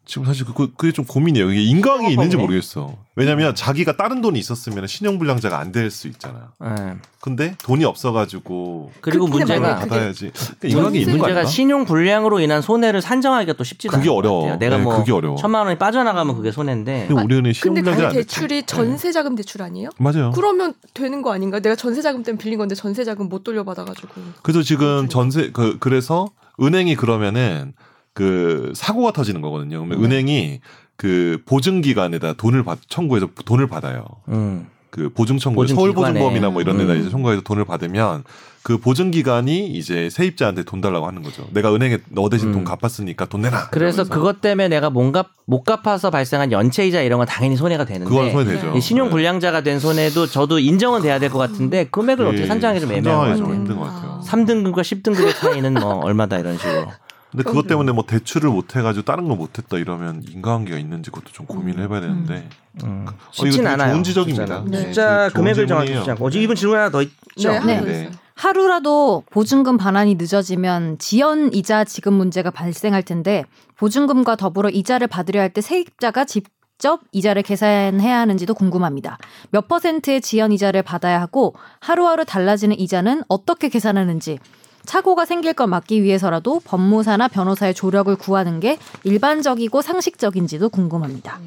S3: 지금 사실 그, 그게 좀 고민이에요. 이게 인과응이 있는지
S2: 어머네.
S3: 모르겠어. 왜냐면 자기가 다른 돈이 있었으면 신용불량자가 안 될 수 있잖아.
S2: 예.
S3: 근데 돈이 없어가지고
S2: 그리고
S1: 그렇긴 해,
S2: 문제가
S1: 맞아요.
S3: 받아야지. 그러니까 인과응이 있는 거
S2: 문제가
S3: 아닌가?
S2: 신용 불량으로 인한 손해를 산정하기가 또 쉽지도 않아요.
S3: 그게 어려워.
S2: 내가
S3: 네,
S2: 뭐
S3: 그게 어려워.
S2: 천만 원이 빠져나가면 그게 손해인데
S3: 근데 우리는
S1: 근데 그
S3: 신용불량자 안 네. 됐지.
S1: 대출이 전세자금 대출 아니에요?
S3: 맞아요.
S1: 그러면 되는 거 아닌가? 내가 전세자금 때문에 빌린 건데 전세자금 못 돌려받아가지고.
S3: 그래서
S2: 그렇죠.
S3: 지금 전세 그 그래서 은행이 그러면은 그 사고가 터지는 거거든요.
S2: 네.
S3: 그러면 은행이 그 보증 기관에다 돈을 받 청구해서 돈을 받아요.
S2: 음.
S3: 그 보증 청구
S2: 보증
S3: 서울
S2: 기관에.
S3: 보증보험이나 뭐 이런 데다
S2: 음.
S3: 이제 청구해서 돈을 받으면 그 보증 기관이 이제 세입자한테 돈 달라고 하는 거죠. 내가 은행에 너 대신
S2: 음.
S3: 돈 갚았으니까 돈 내라.
S2: 그래서
S3: 이러면서.
S2: 그것 때문에 내가 뭔가 못 갚아서 발생한 연체이자 이런 건 당연히 손해가 되는데
S3: 그건 손해되죠. 네.
S2: 이 네. 신용 불량자가 된 손해도 저도 인정은 돼야 될 것 같은데 금액을
S3: 예,
S2: 어떻게 음. 산정하기 좀
S3: 산정하기
S2: 애매한 것
S3: 좀
S2: 같아요.
S3: 힘든 것 같아요.
S2: 3등급과 10등급의 차이는 뭐 얼마다 이런 식으로.
S3: 근데 그것 때문에 뭐 대출을 못 해가지고 다른 걸 못 했다 이러면 인과관계가 있는지 그것도 좀 고민을 해봐야 되는데
S2: 음.
S3: 어, 이거
S2: 쉽진
S3: 되게
S2: 않아요.
S3: 좋은 지적입니다.
S2: 숫자는.
S1: 네.
S2: 숫자
S3: 좋은
S2: 금액을
S3: 질문이에요.
S2: 정하기 쉽지 않고. 어, 지금 이분 질문 하나 더 있죠?
S1: 네, 하나 더
S3: 네.
S1: 있어요.
S4: 하루라도 보증금 반환이 늦어지면 지연 이자 지급 문제가 발생할 텐데 보증금과 더불어 이자를 받으려 할 때 세입자가 직접 이자를 계산해야 하는지도 궁금합니다. 몇 퍼센트의 지연 이자를 받아야 하고 하루하루 달라지는 이자는 어떻게 계산하는지 착오가 생길 걸 막기 위해서라도 법무사나 변호사의 조력을 구하는 게 일반적이고 상식적인지도 궁금합니다.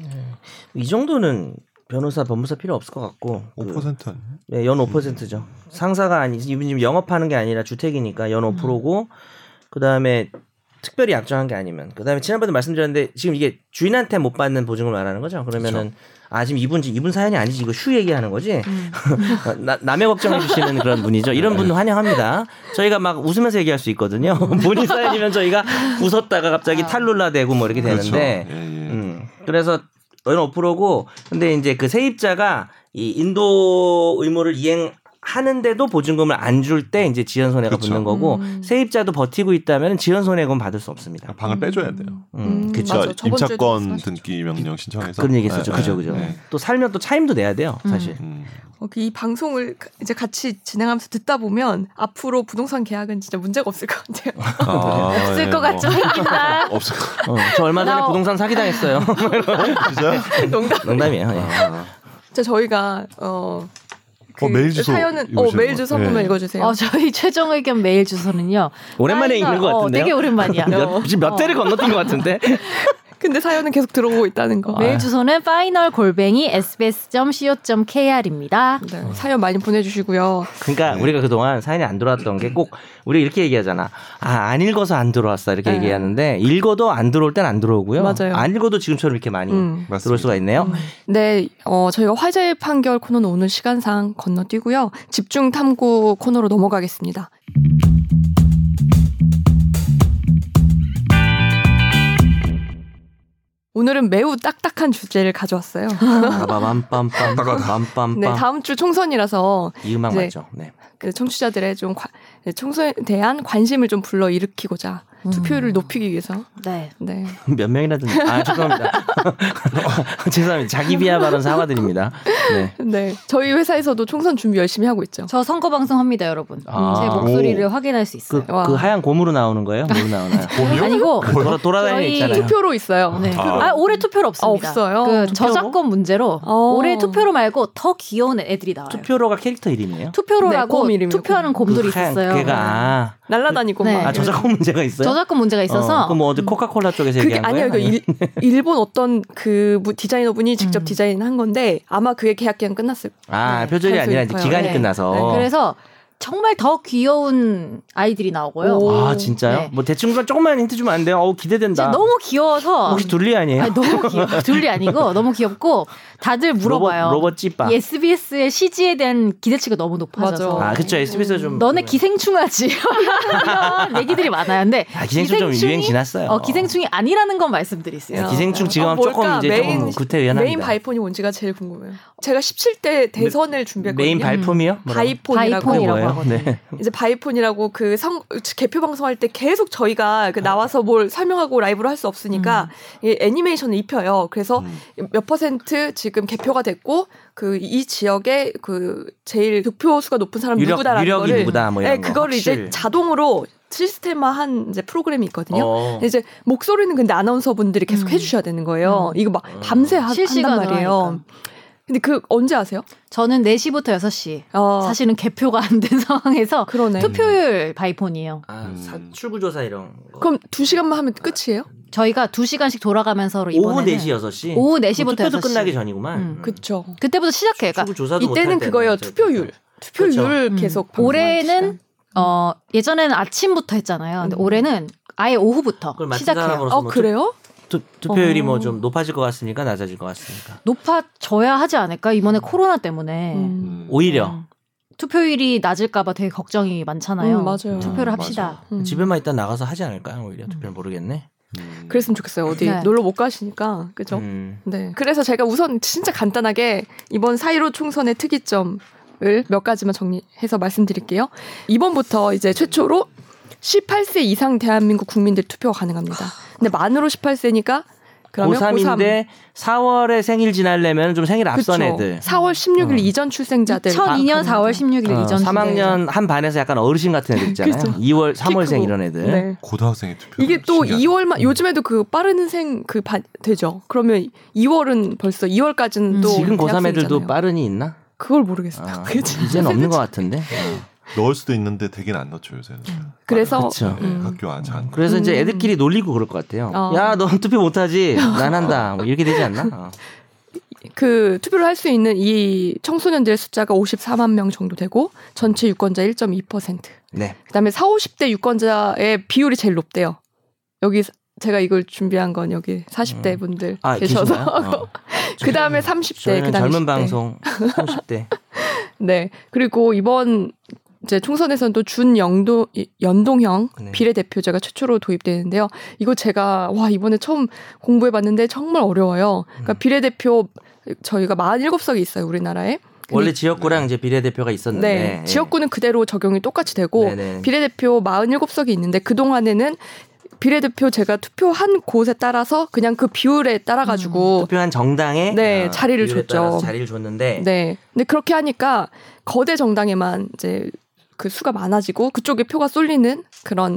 S2: 이 정도는 변호사, 법무사 필요 없을 것 같고. 그
S3: 5% 아니에요?
S2: 네, 연 5%죠. 상사가 아니 이분 지금 영업하는 게 아니라 주택이니까
S3: 음.
S2: 연 5%고 그다음에 특별히 약정한 게 아니면 그다음에 지난번에 말씀드렸는데 지금 이게 주인한테 못 받는 보증을 말하는 거죠. 그러면은 아 지금 이분 지금 이분 사연이 아니지 이거 슈 얘기하는 거지.
S3: 음.
S2: 어, 나, 남의 걱정해 주시는 그런 분이죠. 이런 분 환영합니다. 저희가 막 웃으면서 얘기할 수 있거든요. 본인 사연이면 저희가 웃었다가 갑자기 탈룰라되고 뭐 이렇게
S3: 아. 그렇죠.
S2: 되는데
S3: 예, 예.
S2: 음. 그래서 연 5%고 근데 이제 그 세입자가 이 인도 의무를 이행하는데도 보증금을 안 줄 때 이제 지연 손해가
S3: 그쵸.
S2: 붙는 거고
S1: 음.
S2: 세입자도 버티고 있다면 지연 손해금 받을 수 없습니다.
S3: 방을 빼줘야 돼요.
S2: 음,
S1: 음,
S2: 그쵸.
S1: 맞아.
S3: 그러니까
S1: 저번 주에도
S3: 임차권
S1: 말씀하셨죠.
S3: 등기 명령 신청해서
S2: 그런 얘기 했었죠.
S3: 예,
S2: 그죠,
S3: 예,
S2: 그죠.
S3: 예.
S2: 또 살면 또 차임도 내야 돼요, 사실.
S3: 음.
S1: 어, 그이 방송을 가- 이제 같이 진행하면서 듣다 보면 앞으로 부동산 계약은 진짜 문제가 없을 것 같아요.
S3: 없을
S2: 네, 뭐.
S4: 쓸것 같죠?
S3: 네, 뭐. 없을 것
S2: 어, 저 얼마 전에
S4: 나-
S2: 부동산 사기당했어요.
S3: 같아. 진짜?
S1: 농담.
S2: 농담이에요. 예.
S1: 자 저희가 어, 그
S3: 어, 메일 주소
S1: 사연은 어
S3: 읽으시는
S1: 메일
S3: 거.
S1: 주소 한 번만
S3: 네.
S1: 읽어주세요.
S4: 어, 저희 최종 의견 메일 주소는요.
S2: 오랜만에
S4: 사이가-
S2: 읽는 것
S4: 어,
S2: 같은데요?
S4: 되게 오랜만이야.
S2: 몇, 지금 몇 대를 건너뛴 것 같은데.
S1: 근데 사연은 계속 들어오고 있다는 거.
S4: 메일 주소는 파이널 골뱅이 sbs.co.kr입니다.
S1: 네, 사연 많이 보내주시고요.
S2: 그러니까 우리가 그동안 사연이 안 들어왔던 게 꼭 우리가 이렇게 얘기하잖아. 아, 안 읽어서 안 들어왔어. 이렇게
S1: 네.
S2: 얘기하는데 읽어도 안 들어올 땐 안 들어오고요.
S1: 맞아요.
S2: 안 읽어도 지금처럼 이렇게 많이
S1: 음.
S2: 들어올 수가 있네요.
S1: 네, 어, 저희가 화제 판결 코너는 오늘 시간상 건너뛰고요. 집중 탐구 코너로 넘어가겠습니다. 오늘은 매우 딱딱한 주제를 가져왔어요.
S2: 음. 빠밤빰빰
S1: 네,
S2: 빰빰빰.
S1: 다음 주 총선이라서
S2: 이 음악
S1: 네.
S2: 맞죠? 네.
S1: 그 청취자들의 좀 관- 네, 총선에 대한 관심을 좀 불러 일으키고자 투표율을 높이기 위해서.
S4: 음. 네.
S1: 네.
S2: 몇 명이라든지. 아, 죄송합니다. 어, 죄송합니다. 자기 비하 발언 사과드립니다. 네.
S1: 네. 저희 회사에서도 총선 준비 열심히 하고 있죠.
S4: 저 선거 방송 합니다, 여러분.
S2: 아.
S4: 제 목소리를 확인할 수 있어요.
S2: 그,
S1: 와.
S2: 그 하얀 고무로 나오는 거예요? 뭐로 나오나요?
S4: 아니고
S2: 그 돌아, 돌아다니는
S4: 저희
S2: 있잖아요.
S1: 투표로 있어요.
S4: 네.
S6: 아.
S4: 아, 올해 투표로 없습니다.
S1: 아, 없어요?
S4: 그
S1: 투표로?
S4: 저작권 문제로
S1: 어.
S4: 올해 투표로 말고 더 귀여운 애들이 나와요.
S2: 투표로가 캐릭터 이름이에요?
S1: 네,
S4: 투표로라고
S1: 곰 이름이에요,
S4: 투표하는
S2: 그
S4: 곰돌이
S2: 하얀
S4: 있었어요.
S2: 걔가 아,
S1: 날라다니고
S4: 네.
S1: 막.
S2: 아 저작권 문제가 있어요?
S4: 저작권 문제가 있어서
S2: 어, 그럼 뭐 어제 코카콜라 쪽에서
S1: 그게
S2: 얘기한
S1: 아니에요.
S2: 거예요?
S1: 그 일, 일본 어떤 그 무- 디자이너분이 직접
S4: 음.
S1: 디자인한 건데 아마 그게 계약 기간 끝났을 거예요.
S2: 아
S1: 네,
S2: 표절이
S1: 할수
S2: 아니라 이제
S1: 있어요.
S2: 기간이
S4: 네.
S2: 끝나서.
S4: 네, 그래서 정말 더 귀여운 아이들이 나오고요.
S1: 오.
S2: 아 진짜요?
S4: 네.
S2: 뭐 대충 조금만 힌트 주면 안 돼요? 어우
S4: 진짜
S2: 기대된다.
S4: 너무 귀여워서
S2: 혹시 둘리 아니에요?
S4: 아니, 너무 귀여워. 둘리 아니고 너무 귀엽고 다들 물어봐요.
S2: 로봇, 로봇 찌빠.
S4: SBS의 CG에 대한 기대치가 너무 높아져서
S1: 맞아.
S2: 아 음. 그쵸 SBS에 좀.
S4: 너네 기생충하지 이런 얘기들이 많아요. 근데
S2: 아, 기생충 좀
S4: 기생충이-
S2: 유행 네. 지났어요.
S4: 어, 기생충이 아니라는 건 말씀드릴 수
S2: 네,
S4: 있어요.
S2: 기생충 지금
S1: 아,
S2: 조금
S1: 뭘까?
S2: 이제 조금
S1: 메인-
S2: 구태의연합니다.
S1: 메인 바이폰이 뭔지가 제일 궁금해요. 제가 17대 대선을 준비했거든요.
S2: 메인 발품이요? 뭐라고?
S1: 바이폰이라고
S2: 그게
S4: 바이폰이라고
S2: 뭐예요?
S4: 하거든요.
S2: 네.
S1: 이제 바이폰이라고 그 성, 개표 방송할 때 계속 저희가
S2: 아.
S1: 그 나와서 뭘 설명하고 라이브로 할 수 없으니까 이 애니메이션을 입혀요.
S3: 어.
S1: 그래서
S6: 음.
S1: 몇 퍼센트 지금 개표가 됐고 그 이 지역의 그 제일 득표 수가 높은 사람
S2: 유력
S1: 누구다라는
S2: 유력이
S1: 거를
S2: 누구다 뭐 이런
S1: 네,
S2: 거.
S1: 그거를 이제
S2: 확실.
S1: 자동으로 시스템화한 이제 프로그램이 있거든요.
S2: 어.
S1: 이제 목소리는 근데 아나운서 분들이 계속
S4: 음.
S1: 해주셔야 되는 거예요.
S4: 음.
S1: 이거 막
S2: 음.
S1: 밤새 하, 한단
S4: 실시간으로
S1: 말이에요.
S4: 하니까.
S1: 근데 그 언제 아세요?
S4: 저는 4시부터 6시.
S1: 어,
S4: 사실은 개표가 안 된 상황에서
S1: 그러네.
S4: 투표율 바이폰이에요.
S2: 아, 사-
S6: 음.
S2: 출구조사 이런 거.
S1: 그럼 두 시간만 하면 끝이에요?
S4: 저희가 2시간씩 돌아가면서
S2: 오후
S4: 이번에는
S2: 4시 6시. 뭐
S4: 오후 4시부터
S2: 투표도
S4: 6시.
S2: 끝나기 전이구만.
S4: 음,
S2: 음.
S1: 그쵸.
S4: 그때부터 시작해요. 그러니까
S2: 출구조사도 못할
S1: 이때는
S2: 때는 네.
S1: 그거예요.
S2: 이제
S1: 투표율. 투표율
S4: 그쵸. 음.
S1: 계속.
S4: 올해는 어, 예전에는 아침부터 했잖아요. 근데
S1: 음.
S4: 올해는 아예 오후부터
S2: 그걸 맞춘
S4: 시작해요.
S2: 사람으로서
S1: 어
S2: 뭐
S1: 그래요?
S2: 투, 투표율이
S1: 어.
S2: 뭐 좀 높아질 것 같으니까 낮아질 것 같으니까.
S4: 높아져야 하지 않을까? 이번에 코로나 때문에.
S1: 음.
S6: 음.
S2: 오히려
S4: 음. 투표율이 낮을까봐 되게 걱정이 많잖아요.
S1: 음, 맞아요.
S6: 음,
S4: 투표를 합시다.
S1: 음.
S2: 집에만 있다 나가서 하지 않을까요? 오히려 투표를 모르겠네.
S6: 음.
S1: 그랬으면 좋겠어요. 어디
S4: 네.
S1: 놀러 못 가시니까 그죠?
S2: 음.
S1: 네. 그래서 제가 우선 진짜 간단하게 이번 4.15 총선의 특이점을 몇 가지만 정리해서 말씀드릴게요. 이번부터 이제 최초로 18세 이상 대한민국 국민들 투표가 가능합니다. 근데 만으로 18세니까 그러면 고3
S2: 고3인데 4월에 생일 지나려면 좀 생일 앞선 애들.
S1: 4월 16일
S2: 어.
S1: 이전 출생자들 네.
S4: 2002년 4월 16일
S2: 어,
S4: 이전
S2: 3학년 한 반에서 약간 어르신 같은 애들 있잖아요.
S1: 그쵸.
S2: 2월, 3월생
S1: 크고.
S2: 이런 애들.
S1: 네.
S6: 고등학생의 투표
S1: 이게 또
S6: 신기하다.
S2: 음.
S1: 2월만 요즘에도 그 빠른 생 그 되죠. 그러면 2월은 벌써 2월까지는
S4: 음.
S1: 또
S2: 지금 고3 애들도
S1: 대학생이잖아요.
S2: 빠른이 있나?
S1: 그걸 모르겠어요.
S2: 아,
S1: 그게 진짜
S2: 이제는 없는 것 같은데. 어.
S6: 음. 넣을 수도 있는데 되게는 안 넣죠 요새는.
S1: 그래서
S2: 그쵸.
S6: 네,
S1: 음.
S6: 학교 안 잘.
S2: 그래서 이제
S1: 음.
S2: 애들끼리 놀리고 그럴 것 같아요.
S1: 어.
S2: 야, 넌 투표 못하지? 난 한다. 뭐 이렇게 되지 않나? 어.
S1: 그 투표를 할 수 있는 이 청소년들의 숫자가 54만 명 정도 되고 전체 유권자 1.2%.
S2: 네.
S1: 그다음에 4, 50대 유권자의 비율이 제일 높대요. 여기 사- 제가 이걸 준비한 건 여기 40대 분들
S2: 아, 계셔서.
S1: 계셔서
S2: 어.
S1: 그다음에 30대
S2: 저희는
S1: 그다음에
S2: 젊은
S1: 10대.
S2: 방송 30대.
S1: 네. 그리고 이번 이제 총선에서는 또 준영도 이- 연동형
S2: 네.
S1: 비례대표제가 최초로 도입되는데요. 이거 제가 와 이번에 처음 공부해봤는데 정말 어려워요. 그러니까
S2: 음.
S1: 비례대표 저희가 47석이 있어요 우리나라에.
S2: 원래 지역구랑 이제 비례대표가 있었는데
S1: 네.
S2: 예.
S1: 지역구는 그대로 적용이 똑같이 되고
S2: 네네.
S1: 비례대표 47석이 있는데 그동안에는 비례대표 제가 투표한 곳에 따라서 그냥 그 비율에 따라 가지고
S2: 투표한 정당에
S1: 네, 자리를
S2: 비율에
S1: 줬죠.
S2: 따라서 자리를 줬는데
S1: 네. 근데 그렇게 하니까 거대 정당에만 이제 그 수가 많아지고 그쪽에 표가 쏠리는 그런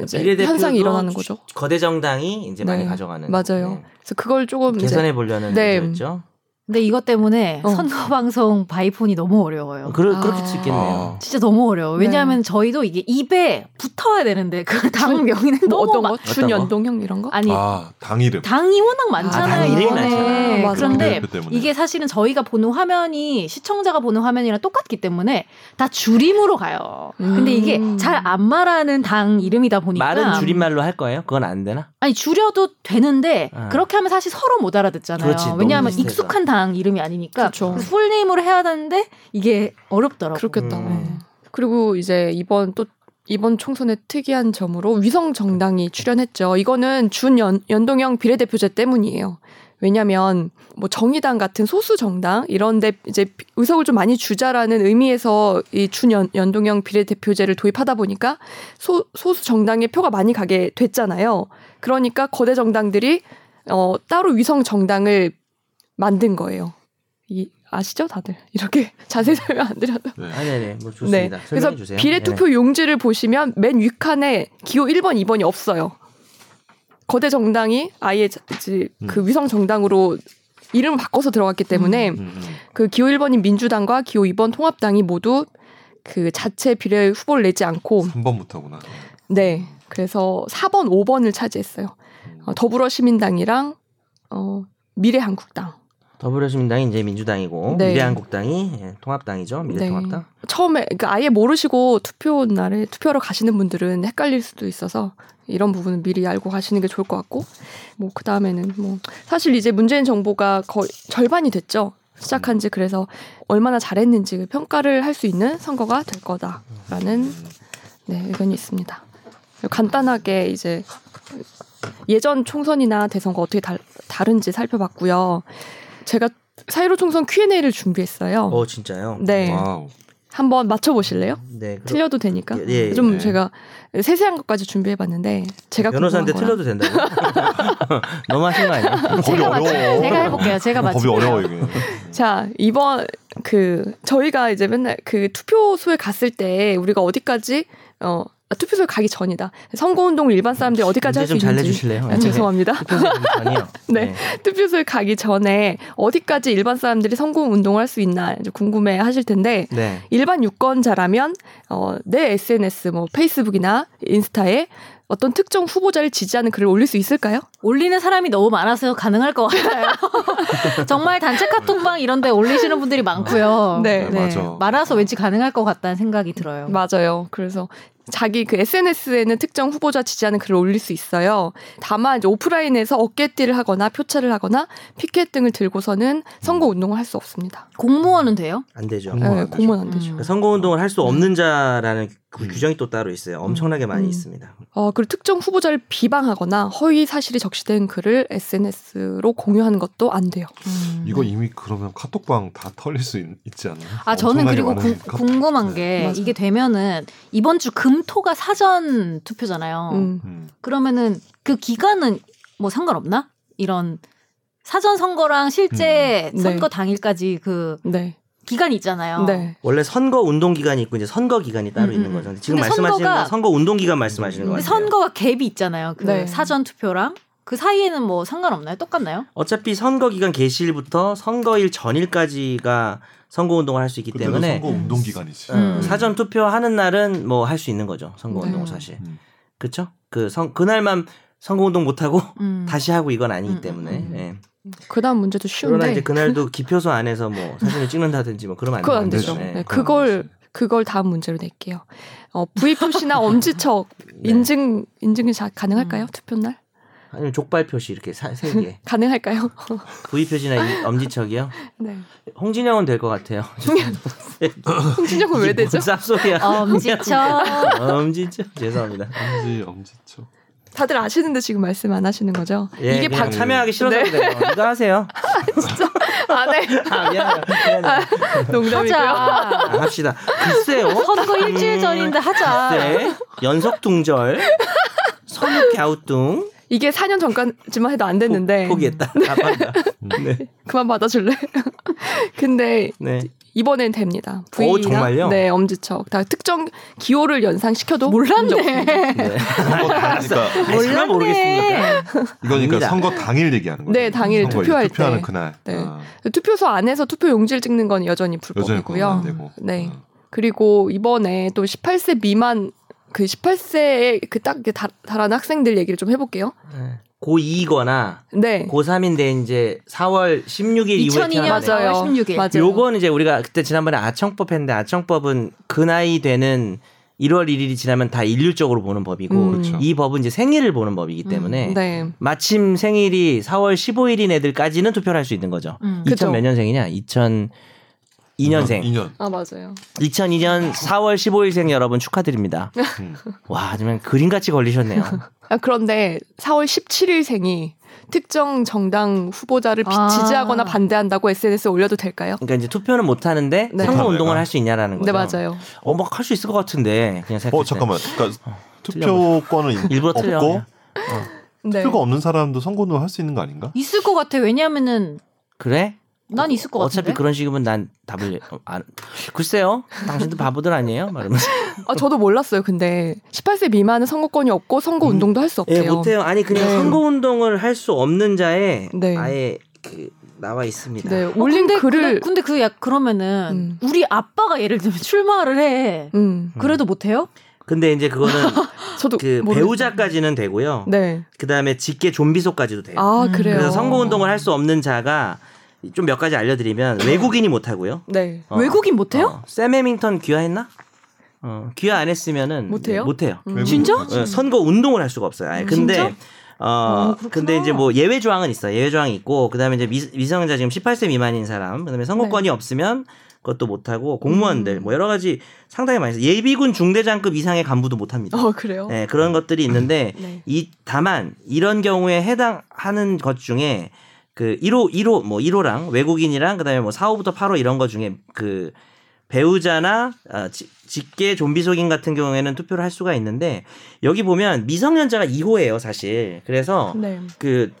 S1: 이제
S2: 그러니까 비례대표도
S1: 현상이 일어나는 거죠.
S2: 거대 정당이 이제
S1: 네,
S2: 많이 가져가는
S1: 맞아요. 그래서 그걸 조금
S2: 네.
S1: 이제
S2: 개선해 보려는
S1: 네.
S2: 의도였죠.
S4: 근데 이것 때문에
S1: 어.
S4: 선거 방송 바이폰이 너무 어려워요.
S2: 그러,
S1: 아.
S2: 그렇게 수 있겠네요.
S6: 아.
S4: 진짜 너무 어려워. 요
S1: 네.
S4: 왜냐하면 저희도 이게 입에 붙어야 되는데 그 당 명의는
S1: 뭐
S4: 너무
S1: 어떤
S4: 막
S1: 거? 준연동형 이런 거?
S4: 아니
S6: 아, 당 이름.
S4: 당이 워낙
S1: 아,
S4: 많잖아요.
S1: 당이
S4: 이번에.
S2: 많잖아요.
S1: 네, 맞아.
S4: 그런데
S6: 비례대표
S3: 네.
S6: 때문에.
S4: 이게 사실은 저희가 보는 화면이 시청자가 보는 화면이랑 똑같기 때문에 다 줄임으로 가요. 근데 이게
S1: 음.
S4: 잘 안 말하는 당 이름이다 보니까 음.
S2: 말은 줄임말로 할 거예요? 그건 안 되나?
S4: 아니 줄여도 되는데
S2: 아.
S4: 그렇게 하면 사실 서로 못 알아듣잖아요.
S2: 그렇지, 너무
S4: 왜냐하면
S2: 비슷해서.
S4: 익숙한 당 이름이 아니니까
S1: 그렇죠.
S4: 그래서 풀네임으로 해야 되는데 이게 어렵더라고요. 네.
S1: 그렇겠다. 네.
S2: 음.
S1: 그리고 이제 이번 또 이번 총선의 특이한 점으로 위성 정당이 출연했죠. 이거는 준연 연동형 비례대표제 때문이에요. 왜냐면 뭐 정의당 같은 소수 정당 이런데 이제 의석을 좀 많이 주자라는 의미에서 이 준연 연동형 비례대표제를 도입하다 보니까 소, 소수 정당의 표가 많이 가게 됐잖아요. 그러니까 거대 정당들이 어, 따로 위성 정당을 만든 거예요. 이 아시죠 다들 이렇게 자세히 설명 안 드려도
S2: 아니 아니 뭐 좋습니다.
S1: 네. 그래서
S2: 설명해 주세요.
S1: 비례
S2: 네.
S1: 투표 용지를 보시면 맨 위칸에 기호 1번, 2번이 없어요. 거대 정당이 아예 자- 이제
S2: 음.
S1: 그 위성 정당으로 이름을 바꿔서 들어갔기 때문에
S6: 음, 음.
S1: 그 기호 1번인 민주당과 기호 2번 통합당이 모두 그 자체 비례 후보를 내지 않고
S3: 3번부터구나.
S1: 네 그래서 4번, 5번을 차지했어요. 어, 더불어시민당이랑 어, 미래한국당.
S2: 더불어시민당이 이제 민주당이고
S1: 네.
S2: 미래한국당이 예, 통합당이죠. 미래통합당.
S1: 처음에 그러니까 아예 모르시고 투표 날에 투표하러 가시는 분들은 헷갈릴 수도 있어서 이런 부분은 미리 알고 가시는 게 좋을 것 같고 뭐 그다음에는 뭐 사실 이제 문재인 정부가 거의 절반이 됐죠. 시작한 지 그래서 얼마나 잘했는지 그 평가를 할 수 있는 선거가 될 거다라는
S6: 음.
S1: 네, 의견이 있습니다. 간단하게 이제 예전 총선이나 대선과 어떻게 달- 다른지 살펴봤고요. 제가 사이로 총선 Q&A를 준비했어요.
S2: 어 진짜요?
S1: 네.
S3: 와우.
S1: 한번 맞춰보실래요?
S2: 네. 그럼
S1: 틀려도 되니까.
S2: 예, 예,
S1: 좀
S3: 예.
S1: 제가 세세한 것까지 준비해봤는데 제가
S2: 변호사한테
S1: 궁금한
S2: 틀려도 된다고. 너무 하신 거 아니야?
S6: 법이
S4: 제가 맞
S6: 어려워.
S4: 제가 해볼게요. 제가 맞
S6: 법이 어려워 이게.
S1: 거랑. 자 이번 그 저희가 이제 맨날 그 투표소에 갔을 때 우리가 어디까지 어 아, 투표소에 가기 전이다. 선거운동을 일반 사람들이 어디까지 할 수
S2: 문제 좀잘 네.
S1: 있는지.
S2: 내주실래요?
S1: 아, 죄송합니다.
S2: 아니요.
S1: 네. 투표소에 가기 전에 어디까지 일반 사람들이 선거운동을 할 수 있나 이제 궁금해 하실 텐데
S2: 네.
S1: 일반 유권자라면 어, 내 SNS 뭐 페이스북이나 인스타에 어떤 특정 후보자를 지지하는 글을 올릴 수 있을까요?
S4: 올리는 사람이 너무 많아서 가능할 것 같아요. 정말 단체 카톡방 이런데 올리시는 분들이 많고요.
S1: 네, 음.
S3: 맞아.
S4: 말아서 왠지 가능할 것 같다는 생각이 들어요.
S1: 맞아요. 그래서 자기 그 SNS에는 특정 후보자 지지하는 글을 올릴 수 있어요. 다만 이제 오프라인에서 어깨띠를 하거나 표차를 하거나 피켓 등을 들고서는 선거 운동을 할 수 없습니다.
S4: 공무원은 돼요?
S2: 안 되죠.
S3: 공무원
S1: 네,
S3: 안 되죠.
S1: 공무원 안 되죠.
S4: 음.
S2: 그러니까 선거 운동을 할 수 없는 자라는 그 규정이 또 따로 있어요. 엄청나게 많이
S1: 음.
S2: 있습니다.
S1: 어, 그리고 특정 후보자를 비방하거나 허위 사실이 적시된 글을 SNS로 공유하는 것도 안 돼요.
S4: 음.
S3: 이거
S1: 네.
S3: 이미 그러면 카톡방 다 털릴 수 있, 지 않나요?
S4: 아 저는
S3: 엄청나게
S4: 그리고
S3: 많은
S4: 궁-
S3: 카톡-
S4: 궁금한
S1: 네.
S4: 게
S1: 맞아요.
S4: 이게 되면은 이번 주 금토가 사전 투표잖아요.
S1: 음.
S3: 음.
S4: 그러면은 그 기간은 뭐 상관없나? 이런 사전 선거랑 실제
S1: 음.
S4: 선거
S1: 네.
S4: 당일까지 그
S1: 네.
S4: 기간이 있잖아요.
S1: 네.
S2: 원래 선거 운동 기간이 있고 이제 선거 기간이 따로
S4: 음,
S2: 있는
S4: 음.
S2: 거죠. 근데 지금
S4: 근데
S2: 말씀하시는
S4: 선거가-
S2: 건 선거 운동 기간 말씀하시는
S1: 음.
S2: 거예요.
S4: 근데 선거가 갭이 있잖아요. 그
S1: 네.
S4: 사전 투표랑 그 사이에는 뭐 상관없나요? 똑같나요?
S2: 어차피 선거 기간 개시일부터 선거일 전일까지가 선거 운동을 할 수 있기
S3: 근데도
S2: 때문에
S3: 선거 운동 기간이지.
S2: 어,
S4: 음.
S2: 사전 투표하는 날은 뭐 할 수 있는 거죠. 선거
S1: 네.
S2: 운동을 사실.
S3: 음.
S2: 그렇죠? 그 선 그날만 선거 운동 못 하고
S4: 음.
S2: 다시 하고 이건 아니기
S4: 음,
S2: 때문에.
S3: 음, 음.
S2: 예.
S1: 그다음 문제도 쉬운데.
S2: 그러나 이제 그날도 기표소 안에서 뭐 사진을 찍는다든지 뭐 그러면
S1: 그건 안
S2: 안 되는
S1: 되죠.
S2: 거죠.
S1: 네,
S2: 예.
S1: 그걸 그걸 다음 문제로 낼게요. 어, 부의 표시나 엄지척
S2: 네.
S1: 인증 인증이 자- 가능할까요? 투표 날
S2: 예. 아니면 족발 표시 이렇게 사- 세 개.
S1: 가능할까요?
S2: V 표시나 이- 엄지척이요.
S1: 네.
S2: 홍진영은 될 것 같아요.
S1: 홍진영은 왜 되죠?
S2: 쌉소리야.
S4: 아, 어, 엄지척.
S2: 엄지척 죄송합니다.
S3: 엄지 엄지척.
S1: 다들 아시는데 지금 말씀 안 하시는 거죠?
S2: 예,
S1: 이게
S2: 그냥
S1: 박
S2: 참여하기 싫어서 그래요. 이거 하세요.
S1: 안에
S2: 아, 미안해요. 미안해요.
S1: 네. 농담이고요.
S4: 하자.
S2: 아, 합시다. 글쎄요. 음.
S4: 선거 일주일 전인데 하자.
S2: 네. 연속 둥절. 선욱 갸우뚱.
S1: 이게 4년 전까지만 해도 안 됐는데
S2: 포- 포기했다. 답한다. 네.
S1: 그만 받아줄래? 근데
S2: 네.
S1: 이번엔 됩니다.
S2: 오,
S1: 부의나
S2: 정말요?
S1: 네 엄지척 다 특정 기호를 연상시켜도 몰랐네.
S2: 네.
S3: 선거 당일까?
S2: 아니, 저는 모르겠습니다.
S3: 그러니까 이거니까
S2: 아닙니다.
S3: 선거 당일 얘기하는 거예요.
S1: 네, 당일
S3: 선거
S1: 투표할
S3: 투표하는
S1: 때.
S3: 그날.
S1: 네.
S3: 아,
S1: 투표소 안에서 투표 용지를 찍는 건 여전히
S3: 여전히 보면
S1: 불법이고요.
S3: 안 되고.
S1: 네.
S3: 아,
S1: 그리고 이번에 또 18세 미만 그 18세에 그딱 달한 학생들 얘기를 좀 해볼게요.
S2: 네. 고2거나
S1: 네.
S2: 고3인데 이제 4월 16일 이후에
S4: 2002년
S2: 태어나는
S1: 맞아요.
S4: 4월 16일.
S1: 맞아요.
S2: 요건 이제 우리가 그때 지난번에 아청법 했는데 아청법은 그 나이 되는 1월 1일이 지나면 다 일률적으로 보는 법이고
S1: 음.
S3: 그렇죠.
S2: 이 법은 이제 생일을 보는 법이기
S4: 음,
S2: 때문에
S1: 네.
S2: 마침 생일이 4월 15일인 애들까지는 투표를 할 수 있는 거죠.
S4: 음.
S2: 2000 몇 년생이냐? 2002년생.
S6: 2년.
S1: 아 맞아요.
S2: 2002년 4월 15일생 여러분 축하드립니다.
S3: 음.
S2: 와, 정말 그림같이 걸리셨네요. 그러니까
S1: 아, 그런데 4월 17일생이 특정 정당 후보자를 비-
S4: 아.
S1: 지지하거나 반대한다고 SNS에 올려도 될까요?
S2: 그러니까 이제 투표는 못 하는데
S1: 네.
S2: 선거
S6: 못하는
S2: 운동을
S6: 애가?
S2: 할 수 있냐라는 거죠.
S1: 네 맞아요.
S2: 어, 막 할 수 있을 것 같은데 그냥 생각.
S6: 어 잠깐만. 그러니까 투표권은
S2: 일부러
S6: 없고
S2: 틀려. 그냥.
S1: 네.
S6: 투표가 없는 사람도 선거도 할 수 있는 거 아닌가?
S4: 있을 것 같아. 왜냐면은
S2: 그래?
S4: 난 있을 것
S2: 어차피
S4: 같은데.
S2: 그런 식이면 난 답을 어, 안. 글쎄요. 당신도 바보들 아니에요? 말하면서.
S1: 아 저도 몰랐어요. 근데 18세 미만은 선거권이 없고 선거
S2: 음.
S1: 운동도 할 수 없대요.
S2: 예, 못해요. 아니 그냥
S1: 네.
S2: 선거 운동을 할 수 없는 자에
S1: 네.
S2: 아예 그 나와 있습니다.
S1: 네
S4: 어,
S1: 올린
S4: 근데,
S1: 글을
S4: 근데, 근데 그 약 그러면은
S1: 음.
S4: 우리 아빠가 예를 들면 출마를 해.
S1: 음
S4: 그래도 못 해요?
S2: 근데 이제 그거는
S1: 저도
S2: 그
S1: 모르-
S2: 배우자까지는 되고요.
S1: 네.
S2: 그다음에 직계 좀비소까지도 돼요.
S1: 아
S4: 음.
S1: 그래요.
S2: 그래서 선거 운동을 할 수 없는 자가 좀 몇 가지 알려드리면 외국인이 못 하고요.
S1: 네.
S2: 어.
S4: 외국인 못 해요?
S2: 어, 샘 해밍턴 귀화했나? 어, 귀화 안 했으면은
S1: 못 해요?
S2: 못 해요.
S1: 음.
S6: 외국-
S4: 진짜?
S2: 어, 선거 운동을 할 수가 없어요. 아예. 근데
S4: 진짜?
S2: 어,
S4: 어, 그렇구나.
S2: 근데 이제 뭐 예외 조항은 있어요. 예외 조항이 있고 그다음에 이제 미, 성년자 지금 18세 미만인 사람, 그다음에 선거권이
S4: 네.
S2: 없으면 그것도 못 하고
S4: 음.
S2: 공무원들 뭐 여러 가지 상당히 많이 있어요. 예비군 중대장급 이상의 간부도 못 합니다.
S1: 어 그래요.
S2: 네, 그런 것들이 있는데
S1: 네.
S2: 이 다만 이런 경우에 해당하는 것 중에 그 1호 1호 뭐 1호랑 외국인이랑 그다음에 뭐 4호부터 8호 이런 것 중에 그 배우자나 아, 지- 직계 좀비 속인 같은 경우에는 투표를 할 수가 있는데 여기 보면 미성년자가 2호예요, 사실. 그래서
S1: 네.
S2: 그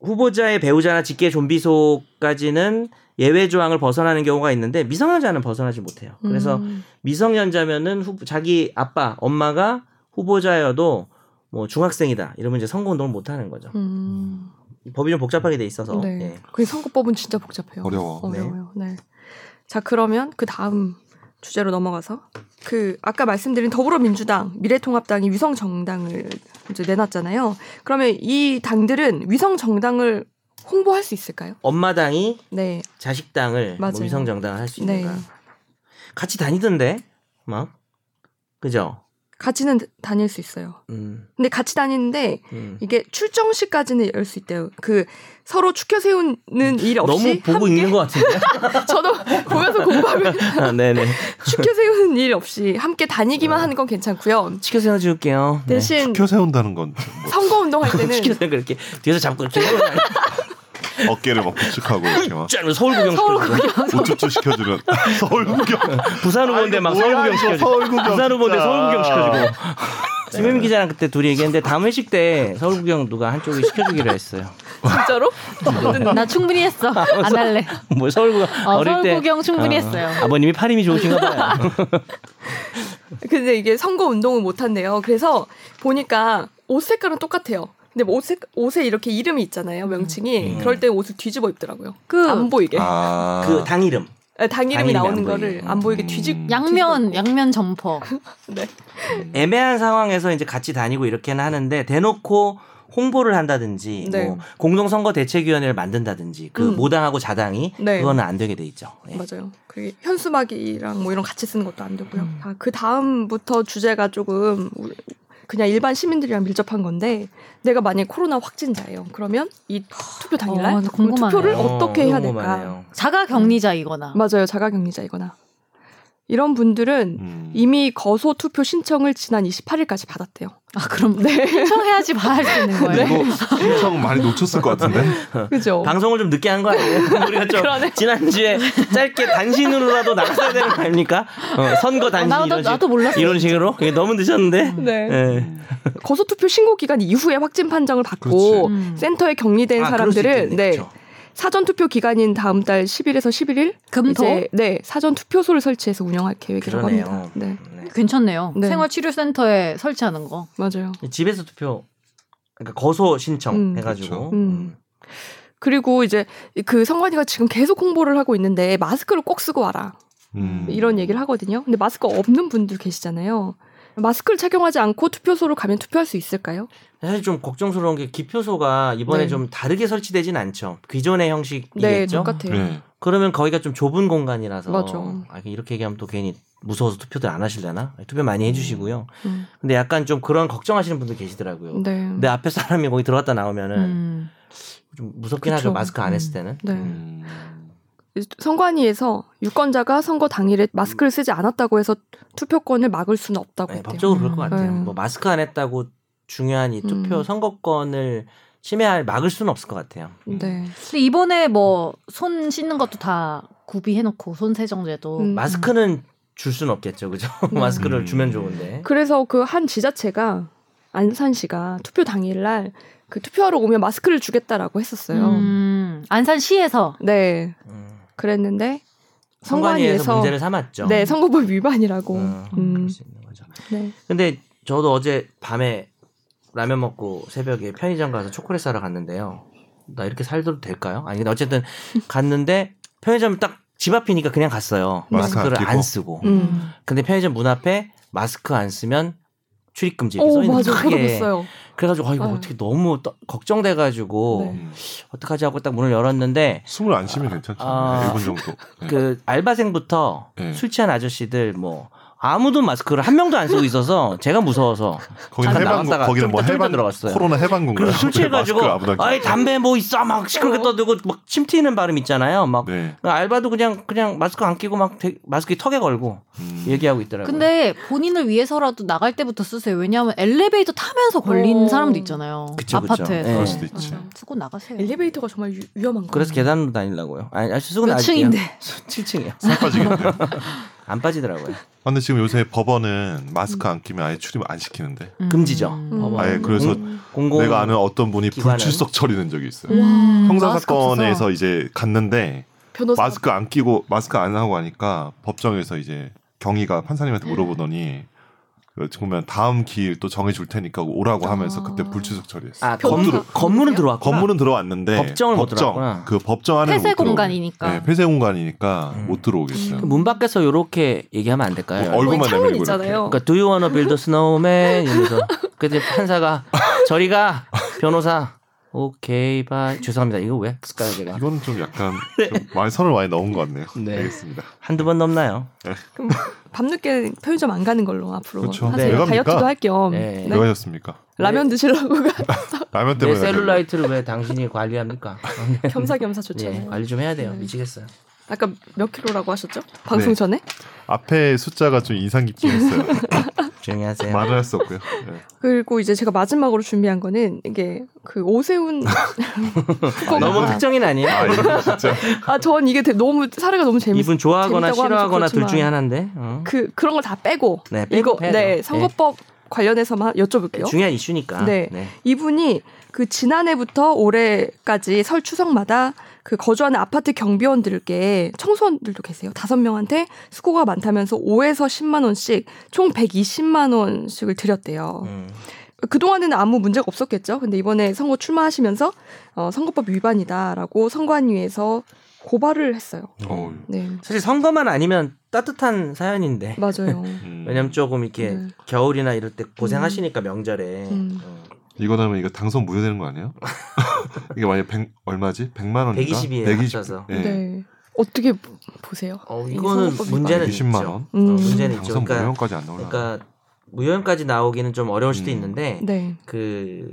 S2: 후보자의 배우자나 직계 좀비 속까지는 예외 조항을 벗어나는 경우가 있는데 미성년자는 벗어나지 못해요. 그래서
S1: 음.
S2: 미성년자면은 후, 자기 아빠, 엄마가 후보자여도 뭐 중학생이다 이러면 이제 선거 운동을 못 하는 거죠.
S1: 음.
S2: 법이 좀 복잡하게 돼 있어서.
S1: 네.
S2: 예.
S1: 그 선거법은 진짜 복잡해요.
S6: 어려워.
S1: 어려워요. 네. 자 그러면 그 다음 주제로 넘어가서 그 아까 말씀드린 더불어민주당, 미래통합당이 위성 정당을 이제 내놨잖아요. 그러면 이 당들은 위성 정당을 홍보할 수 있을까요?
S2: 엄마당이
S1: 네.
S2: 자식당을 뭐
S1: 맞아요.
S2: 위성정당을 할 수
S1: 네.
S2: 있는가. 같이 다니던데 막 그죠.
S1: 같이는 다닐 수 있어요.
S2: 음,
S1: 근데 같이 다니는데
S2: 음.
S1: 이게 출정식까지는 열 수 있대요. 그 서로 축켜 세우는 일 없이
S2: 너무 보고
S1: 함께
S2: 있는 것 같은데.
S1: 저도 보면서 공부하면
S2: 아, 네네.
S1: 축켜 세우는 일 없이 함께 다니기만
S6: 네.
S2: 어.
S1: 하는 건 괜찮고요.
S2: 치켜 세워 줄게요. 네. 아,
S1: 대신
S6: 투표 세운다는 건
S1: 선거 운동할 때는
S2: 치켜 세워 그렇게 뒤에서 잡고 이렇게
S6: 어깨를 막 부축하고 이렇게 막
S2: 짠 서울 구경
S1: 서울
S2: 시켜 주고
S6: 우쭈쭈 시켜주는 서울 구경.
S2: 부산 후보인데 막 서울 구경 시켜 주고
S6: 아, 서울 구경.
S2: 부산 후보인데
S6: 진짜.
S2: 서울 구경 시켜주고. 네. 김혜민 기자랑 그때 둘이 얘기했는데 다음 회식 때 서울 구경 누가 한쪽이 시켜주기로 했어요.
S1: 진짜로
S2: 아, 네.
S4: 음. 나 충분히 했어. 안 할래.
S2: 뭐 서울 구경
S4: 어,
S2: 어, 릴
S4: 서울
S2: 때
S4: 구경 충분히 했어요.
S2: 아버님이 팔힘이 좋으신가 봐요.
S1: 근데 이게 선거 운동을 못 한대요. 그래서 보니까 옷 색깔은 똑같아요. 근데 뭐옷 색, 옷에 이렇게 이름이 있잖아요. 명칭이.
S2: 음.
S1: 그럴 때 옷을 뒤집어 입더라고요.
S4: 그
S1: 안 보이게.
S6: 아.
S2: 그 당 이름.
S1: 당 이름이
S2: 당일이
S1: 나오는
S2: 안 보이게.
S1: 거를 안 보이게 뒤집
S6: 음.
S4: 양면 양면 점퍼.
S1: 네.
S2: 애매한 상황에서 이제 같이 다니고 이렇게는 하는데 대놓고 홍보를 한다든지
S1: 네.
S2: 뭐 공동선거 대책위원회를 만든다든지 그
S1: 음.
S2: 모당하고 자당이
S1: 네.
S2: 그거는 안 되게 돼 있죠. 예.
S1: 맞아요. 그리고 현수막이랑 뭐 이런 같이 쓰는 것도 안 되고요.
S2: 음.
S1: 아, 그 다음부터 주제가 조금 우- 그냥 일반 시민들이랑 밀접한 건데 내가 만약에 코로나 확진자예요. 그러면 이 투표 당일날
S4: 어, 나
S1: 그럼
S4: 궁금하네요.
S1: 투표를
S2: 어,
S1: 어떻게 해야 될까?
S2: 궁금하네요.
S4: 자가 격리자이거나.
S1: 맞아요. 자가격리자이거나 이런 분들은
S6: 음.
S1: 이미 거소 투표 신청을 지난 28일까지 받았대요.
S4: 아 그럼 네. 신청해야지 봐할 수 있는 거예요.
S2: 뭐
S6: 이거 신청 많이 놓쳤을 것 같은데.
S1: 그죠?
S2: 방송을 좀 늦게 한 거 아니에요? 우리가 좀
S1: 그러네.
S2: 지난주에 짧게 단신으로라도 나갔어야 되는 거 아닙니까? 어, 선거
S4: 아,
S2: 단신
S4: 나도
S2: 이런, 식,
S4: 나도 몰랐어.
S2: 이런 식으로 이게 너무 늦었는데.
S1: 네.
S2: 예.
S1: 거소 투표 신고 기간 이후에 확진 판정을 받고
S6: 그렇지.
S4: 음.
S1: 센터에 격리된
S2: 아, 그럴 수
S1: 사람들은
S2: 있겠네.
S1: 네.
S2: 그쵸.
S1: 사전 투표 기간인 다음 달 10일에서 11일
S4: 금토
S1: 이제 네 사전 투표소를 설치해서 운영할 계획이라고
S2: 그러네요.
S1: 합니다. 네
S2: 네.
S4: 괜찮네요.
S1: 네.
S4: 생활치료센터에 설치하는 거.
S1: 맞아요.
S2: 집에서 투표 그러니까 거소 신청
S1: 음,
S2: 해가지고
S6: 그렇죠.
S1: 음. 그리고 이제 그 성관이가 지금 계속 홍보를 하고 있는데 마스크를 꼭 쓰고 와라
S6: 음.
S1: 이런 얘기를 하거든요. 근데 마스크 없는 분들 계시잖아요. 마스크를 착용하지 않고 투표소로 가면 투표할 수 있을까요?
S2: 사실 좀 걱정스러운 게 기표소가 이번에
S1: 네.
S2: 좀 다르게 설치되진 않죠. 기존의
S1: 네,
S2: 형식이겠죠.
S1: 똑같아요.
S6: 네.
S2: 그러면 거기가 좀 좁은 공간이라서
S1: 맞아.
S2: 아, 이렇게 얘기하면 또 괜히 무서워서 투표들 안 하실려나? 투표 많이 해주시고요.
S1: 음.
S2: 근데 약간 좀 그런 걱정하시는 분들 계시더라고요.
S1: 네.
S2: 내 앞에 사람이 거기 들어갔다 나오면은
S4: 음.
S2: 좀 무섭긴
S1: 그쵸.
S2: 하죠. 마스크 안 했을 때는.
S1: 네.
S2: 음.
S6: 음.
S1: 선관위에서 유권자가 선거 당일에 마스크를 쓰지 않았다고 해서 투표권을 막을 수는 없다고
S2: 네,
S1: 했대요.
S2: 법적으로 그럴 것
S4: 음.
S2: 같아요.
S1: 네.
S2: 뭐 마스크 안 했다고 중요한 이 투표
S1: 음.
S2: 선거권을 침해할 막을 수는 없을 것 같아요.
S1: 네.
S2: 음.
S4: 근데 이번에 뭐 손 씻는 것도 다 구비해놓고 손 세정제도
S1: 음.
S2: 마스크는 줄 수는 없겠죠, 그죠?
S1: 음.
S2: 마스크를 주면 좋은데.
S1: 그래서 그 한 지자체가 안산시가 투표 당일날 그 투표하러 오면 마스크를 주겠다라고 했었어요.
S4: 음, 안산시에서
S1: 네,
S2: 음.
S1: 그랬는데
S2: 선관위에서
S1: 선관위에서-
S2: 문제를 삼았죠.
S1: 네 선거법 위반이라고.
S2: 음, 그럴
S1: 음,
S2: 수 있는 거죠.
S1: 네.
S2: 근데 저도 어제 밤에 라면 먹고 새벽에 편의점 가서 초콜릿 사러 갔는데요. 나 이렇게 살도 될까요? 아니 근데 어쨌든 갔는데 편의점 딱 집 앞이니까 그냥 갔어요.
S6: 마스크
S2: 마스크를
S6: 끼고.
S2: 안 쓰고.
S1: 음.
S2: 근데 편의점 문 앞에 마스크 안 쓰면 출입금지 이렇게
S1: 오
S2: 써 있는
S1: 어, 맞아 그거 봤어요.
S2: 그래가지고 아 이거
S1: 네.
S2: 어떻게 너무 떠- 걱정돼가지고
S1: 네.
S2: 어떡하지 하고 딱 문을 열었는데
S6: 숨을 안 쉬면 괜찮죠.
S2: 아.
S6: 1분 정도. 네.
S2: 그 알바생부터
S6: 네.
S2: 술 취한 아저씨들 뭐 아무도 마스크를 한 명도 안 쓰고 있어서 제가 무서워서
S6: 거기는
S2: 잠깐
S6: 해방군,
S2: 나갔다가
S6: 거기는
S2: 좀
S6: 뭐
S2: 이따 좀
S6: 해방
S2: 들어갔어요.
S6: 코로나 해방군가요?
S2: 그리고 술 취해가지고 아이 담배 뭐 있어 막 시끄럽게
S1: 어.
S2: 떠들고 막 침 튀는 발음 있잖아요 막
S6: 네.
S2: 알바도 그냥 그냥 마스크 안 끼고 막 되- 마스크 턱에 걸고
S6: 음.
S2: 얘기하고 있더라고요
S4: 근데 본인을 위해서라도 나갈 때부터 쓰세요. 왜냐하면 엘리베이터 타면서 걸리는
S1: 오.
S4: 사람도 있잖아요.
S2: 그쵸, 그쵸.
S4: 아파트에서.
S2: 예.
S6: 그럴 수도 있지.
S4: 음, 쓰고 나가세요.
S1: 엘리베이터가 정말 유- 위험한 거.
S2: 그래서 계단으로 다니려고요 아니 아니 수근
S4: 몇 층인데?
S2: 7층이요
S6: 살 빠지겠네요. 아,
S2: 안 빠지더라고요
S6: 근데 지금 요새 법원은 마스크 안 끼면 아예 출입 안 시키는데.
S4: 음.
S2: 금지죠
S1: 음.
S6: 아예 그래서
S2: 공공
S6: 내가 아는 어떤 분이
S2: 음. 기관은?
S6: 불출석 처리된 적이 있어요.
S4: 음,
S6: 형사
S4: 마스크 없어서.
S6: 사건에서 이제 갔는데
S1: 변호사
S6: 마스크 안 끼고 마스크 안 하고 하니까 법정에서 이제 경위가
S2: 음.
S6: 판사님한테 물어보더니 그 정말 다음 기일 또 정해 줄 테니까 오라고 하면서
S4: 아.
S6: 그때 불출석 처리했어.
S2: 아
S6: 요
S2: 건물 건물은 들어왔고
S6: 아, 건물은 들어왔는데
S2: 법정을 못 들어왔구나.
S6: 그 법정 안에
S4: 폐쇄 공간이니까.
S6: 네, 폐쇄 공간이니까
S2: 음.
S6: 못 들어오겠어요.
S2: 문 밖에서 이렇게 얘기하면 안 될까요?
S6: 뭐, 얼굴- 얼굴만
S1: 창문
S6: 내밀고
S1: 있잖아요.
S2: 그러니까 Do you wanna build a snowman? 이러면서 그때 판사가 저리가 변호사 오케이 바이 죄송합니다 이거 왜 했을까요 제가
S6: 이거는 좀 약간 좀 많이 선을 많이 넣은 것 같네요.
S2: 네.
S6: 알겠습니다.
S2: 한두 번 넘나요?
S1: 그럼 밤늦게 편의점 안 가는 걸로 앞으로
S6: 그쵸.
S2: 네.
S1: 하세요.
S6: 왜 갑니까?
S1: 다이어트도 할 겸.
S2: 네.
S1: 네.
S6: 왜 가셨습니까?
S1: 라면 드시려고 가-
S6: 라면
S2: 내
S6: 때문에 가셨나요?
S2: 셀룰라이트를 왜 당신이 관리합니까?
S1: 겸사겸사
S2: 예,
S1: 좋잖아요.
S2: 관리 좀 해야 돼요 미치겠어요.
S1: 아까 몇 킬로라고 하셨죠? 방송
S6: 네.
S1: 전에?
S6: 앞에 숫자가 좀 인상 깊긴 했어요.
S2: 조용히 하세요.
S6: 말을 할 수 없고요. 네.
S1: 그리고 이제 제가 마지막으로 준비한 거는 이게 그 오세훈 후보가
S2: 아, 너무 특정인 아니에요?
S6: 아 이거 진짜
S1: 아 전 이게 되게 너무 사례가 너무 재밌어.
S2: 이분 좋아하거나
S1: 재밌다고 하면
S2: 싫어하거나 둘
S1: 그렇지만.
S2: 중에 하나인데 어.
S1: 그 그런 걸 다 빼고
S2: 네, 빼고
S1: 이거
S2: 해야죠.
S1: 네 선거법 관련해서만
S2: 네,
S1: 여쭤볼게요.
S2: 중요한 이슈니까.
S1: 네. 이분이 그 지난해부터 올해까지 설 추석마다 그 거주하는 아파트 경비원들께 청소원들도 계세요. 다섯 명한테 수고가 많다면서 5에서 10만 원씩 총 120만 원씩을 드렸대요.
S2: 음.
S1: 그동안에는 아무 문제가 없었겠죠. 근데 이번에 선거 출마하시면서 어, 선거법 위반이다라고 선관위에서 고발을 했어요.
S6: 어우.
S1: 네.
S2: 사실 선거만 아니면 따뜻한 사연인데
S1: 맞아요.
S6: 음.
S2: 왜냐면 조금 이렇게
S1: 네.
S2: 겨울이나 이럴 때 고생하시니까 명절에
S1: 음.
S2: 어,
S6: 이거 나면 이거 당선 무효되는 거 아니에요? 이게 만약 100 얼마지? 100만 원인가?
S2: 120 이에요, 합쳐서.
S6: 예.
S1: 네. 어떻게 보- 보세요?
S2: 어,
S1: 이
S2: 이거는
S1: 선거법이
S2: 문제는
S6: 120만
S2: 있죠.
S6: 원?
S2: 어,
S1: 음.
S2: 문제는 있죠.
S6: 당선
S2: 그러니까,
S6: 무효까지 안 나오나?
S2: 그러니까 무효까지 나오기는 좀 어려울 수도
S6: 음.
S2: 있는데
S1: 네.
S2: 그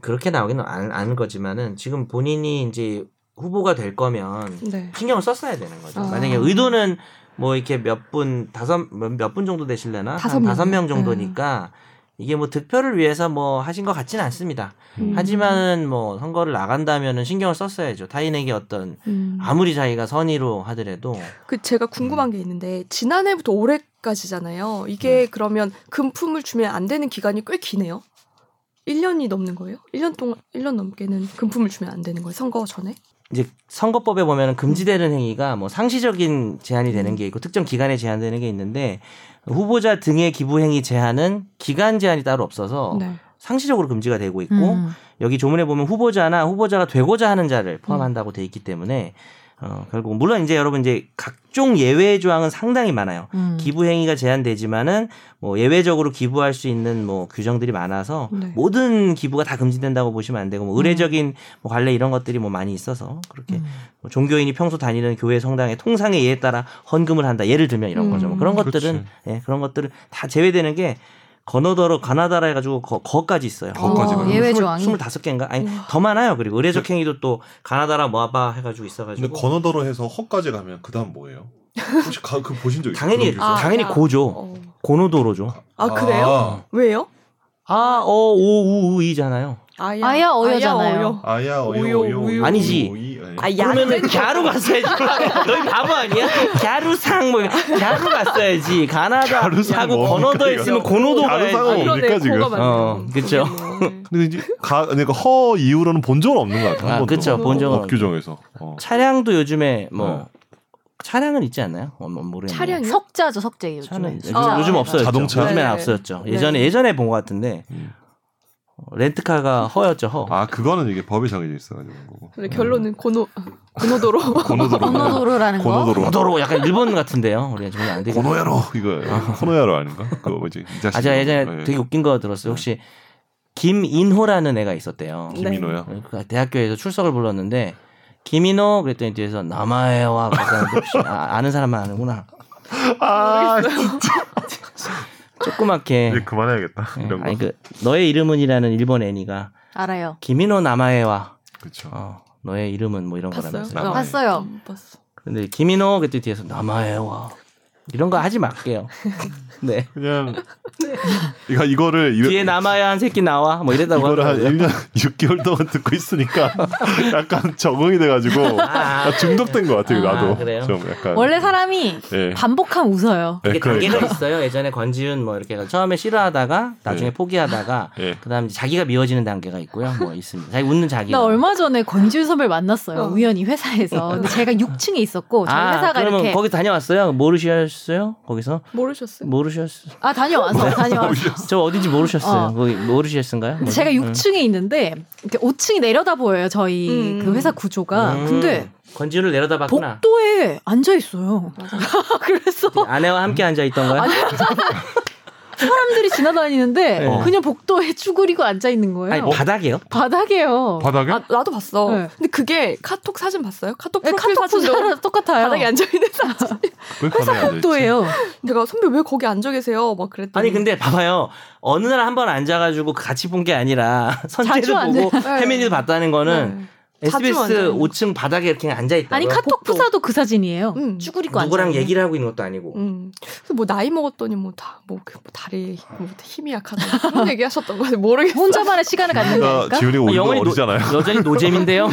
S2: 그렇게 나오기는 안, 않을 거지만은 지금 본인이 이제 후보가 될 거면
S1: 네.
S2: 신경을 썼어야 되는 거죠.
S1: 아.
S2: 만약에 의도는 뭐 이렇게 몇 분 다섯 몇 분 정도 되실래나
S1: 다섯 명.
S2: 한
S1: 네.
S2: 다섯 명 정도니까 이게 뭐 득표를 위해서 뭐 하신 것 같지는 않습니다.
S1: 음.
S2: 하지만은 뭐 선거를 나간다면은 신경을 썼어야죠. 타인에게 어떤
S1: 음.
S2: 아무리 자기가 선의로 하더라도
S1: 그 제가 궁금한 게 있는데 지난해부터 올해까지잖아요. 이게 그러면 금품을 주면 안 되는 기간이 꽤 기네요. 1년이 넘는 거예요? 1년 동안 1년 넘게는 금품을 주면 안 되는 거예요. 선거 전에?
S2: 이제 선거법에 보면 금지되는 행위가 뭐 상시적인 제한이
S1: 음.
S2: 되는 게 있고 특정 기간에 제한되는 게 있는데 후보자 등의 기부 행위 제한은 기간 제한이 따로 없어서
S1: 네.
S2: 상시적으로 금지가 되고 있고
S4: 음.
S2: 여기 조문에 보면 후보자나 후보자가 되고자 하는
S1: 음.
S2: 자를 포함한다고 돼 있기 때문에 어 결국 물론 이제 여러분 이제 각종 예외 조항은 상당히 많아요.
S4: 음.
S2: 기부 행위가 제한되지만은 뭐 예외적으로 기부할 수 있는 뭐 규정들이 많아서
S6: 음.
S1: 네.
S2: 모든 기부가 다 금지된다고 보시면 안 되고 뭐 의례적인
S6: 음.
S2: 뭐 관례 이런 것들이 뭐 많이 있어서 그렇게
S4: 음.
S2: 뭐 종교인이 평소 다니는 교회 성당의 통상의 예에 따라 헌금을 한다 예를 들면 이런 거죠 뭐 그런
S6: 음.
S2: 것들은 예 그런 것들은 다 제외되는 게 건어더러 가나다라 해가지고 거, 거까지 있어요
S6: 거까지 음.
S4: 어,
S6: 그러면
S4: 예외 조항이.
S2: 25개인가? 아니, 더 많아요. 그리고 의례적 행위도 또 가나다라 모아바 해가지고 있어가지고.
S6: 근데 건어더러 해서 허까지 가면 그다음 뭐예요? 혹시 가, 그 보신 적 있어요?
S2: 당연히,
S1: 아,
S2: 당연히
S1: 아.
S2: 고죠.
S1: 어.
S2: 고노도로죠.
S1: 아, 그래요? 왜요?
S2: 아, 어, 오, 우, 우, 이잖아요.
S1: 아야,
S4: 아야 어여잖아요.
S1: 어여.
S6: 아야
S1: 오요, 오요.
S2: 아니지.
S6: 예.
S1: 아야.
S2: 그러면은 갸루 갔어야지. 너희 바보 아니야? 갸루상 뭐 갸루 갔어야지. 가나다
S6: 갸루상
S2: 하고
S6: 뭡니까,
S2: 건어도
S6: 이거?
S2: 있으면 고노도
S6: 갸루상은 뭐
S1: 아,
S2: 가야지.
S6: 뭡니까?
S1: 그러네.
S6: 지금?
S1: 코가 맞네요. 뭐.
S2: 어, 그쵸.
S1: 그러네.
S6: 근데 이제 가 그러니까 허 이후로는 본 적은 없는 것 같아요.
S2: 아,
S6: 한 번도.
S2: 그쵸. 본 적은
S6: 법 규정에서. 어.
S2: 차량도 요즘에 뭐
S6: 네.
S2: 차량은 있지 않나요? 어, 뭐 모르겠네요.
S1: 차량이요?
S4: 석자죠 석재 요즘.
S2: 차는 요즘,
S1: 아,
S2: 요즘
S1: 네.
S2: 없어요.
S6: 자동차?
S2: 요즘엔
S1: 네.
S2: 없어졌죠.
S1: 네.
S2: 예전에 예전에 본 것 같은데
S6: 음.
S2: 어, 렌트카가 허였죠 허.
S6: 아,
S3: 아 그거는 이게 법이 정해져 있어가지고 그런 거고.
S1: 근데 결론은 고노 고노도로.
S6: 고노도로.
S4: 번호도로라는 거.
S6: 고노도로.
S2: 고도로 약간 일본 같은데요. 우리 정말 안 되겠다.
S6: 고노야로 어, 이거 코노야로 아닌가? 그 뭐지? 이 자식.
S2: 예. 아 제가 예전에
S6: 예.
S2: 되게 웃긴 거 들었어요. 혹시 김인호라는 애가 있었대요.
S6: 예, 김민호요.
S2: 그 대학교에서 출석을 불렀는데 김인호 그랬더니 뒤에서 남아해와 아, 아는 사람만 아는구나.
S6: 아,
S2: 조그맣게
S6: 이제 네, 그만해야겠다.
S2: 예,
S6: 이런 거.
S2: 아니 그 너의 이름은이라는 일본 애니가
S4: 알아요.
S2: 김인호 남아해와
S6: 그렇죠.
S2: 어, 너의 이름은 뭐 이런
S1: 봤어요?
S2: 거라면서.
S6: 아,
S4: 봤어요.
S1: 못 음, 봤어.
S2: 근데 김인호 그때 뒤에서 남아해와 이런 거 하지 말게요. 네.
S6: 그냥 이거 이거를 이-
S2: 뒤에 남아야 한 새끼 나와 뭐 이랬다고
S6: 이거를 한
S2: 하더라고요.
S6: 1년 6개월 동안 듣고 있으니까 약간 적응이 돼가지고
S2: 아.
S6: 중독된 것 같아요.
S2: 아,
S6: 나도
S2: 그래요?
S6: 좀 약간
S4: 원래 사람이
S2: 네.
S6: 예.
S4: 반복하면 웃어요.
S6: 예,
S2: 이게 단계가
S6: 그러니까.
S2: 있어요. 예전에 권지윤 뭐 이렇게 해서 처음에 싫어하다가 나중에
S6: 예.
S2: 포기하다가
S6: 예.
S2: 그다음 에 자기가 미워지는 단계가 있고요. 뭐 있습니다. 자기 웃는 자기.
S4: 나 얼마 전에 권지윤 선배를 만났어요.
S1: 어.
S4: 우연히 회사에서. 근데 제가 6층에 있었고 저희
S2: 아,
S4: 회사가
S2: 그러면
S4: 이렇게
S2: 거기 다녀왔어요? 모르셨어요? 거기서
S1: 모르셨어요?
S2: 모르셨.
S4: 아
S2: 네.
S4: 다녀와서 다녀와서.
S2: 저 어딘지 모르셨어요.
S4: 어.
S2: 거기 모르셨은가요? 뭐.
S4: 근데 제가 6층에 있는데 이렇게 5층이 내려다 보여요 저희
S1: 음.
S4: 그 회사 구조가. 근데
S2: 권지윤을 내려다봤구나.
S4: 복도에 앉아 있어요. 그래서
S2: 아내와 함께 앉아 있던가요?
S4: 아니, 사람들이 지나다니는데
S2: 네.
S4: 그냥 복도에 쭈그리고 앉아 있는 거예요.
S2: 아니 바닥이요?
S4: 바닥에요.
S6: 바닥에
S1: 아, 나도 봤어.
S4: 네.
S1: 근데 그게 카톡 사진 봤어요? 카톡
S4: 네,
S1: 프로필
S4: 카톡
S1: 사진도
S4: 부자랑 똑같아요.
S1: 바닥에 앉아 있는 사진.
S6: 왜 가만히
S2: 네,
S6: 앉아있지?
S4: 복도예요.
S1: 내가 선배 왜 거기 앉아 계세요? 막 그랬더니
S2: 아니 근데 봐봐요 어느 날 한 번 앉아가지고 그 같이 본 게 아니라 선재도
S4: 앉아- 네.
S2: 보고
S1: 네.
S2: 혜민이도 봤다는 거는
S1: 자주
S2: SBS
S1: 앉아요.
S2: 5층 바닥에 이렇게 앉아 있다.
S4: 아니 카톡
S1: 복도.
S4: 프사도 그 사진이에요.
S1: 음.
S4: 쭈그리고 앉아.
S2: 누구랑
S4: 있는.
S2: 얘기를 하고 있는 것도 아니고.
S1: 음. 그래서 뭐 나이 먹었더니 뭐 다 뭐 다리 뭐 힘이 약하다 그런 얘기 하셨던 거 같아요. 모르겠어.
S4: 혼자만의 시간을 갖는
S2: 아,
S6: 그러니까
S4: 거니까.
S6: 지훈이가 우리가
S2: 영원히 노-
S6: 어리잖아요.
S2: 여전히 노잼인데요.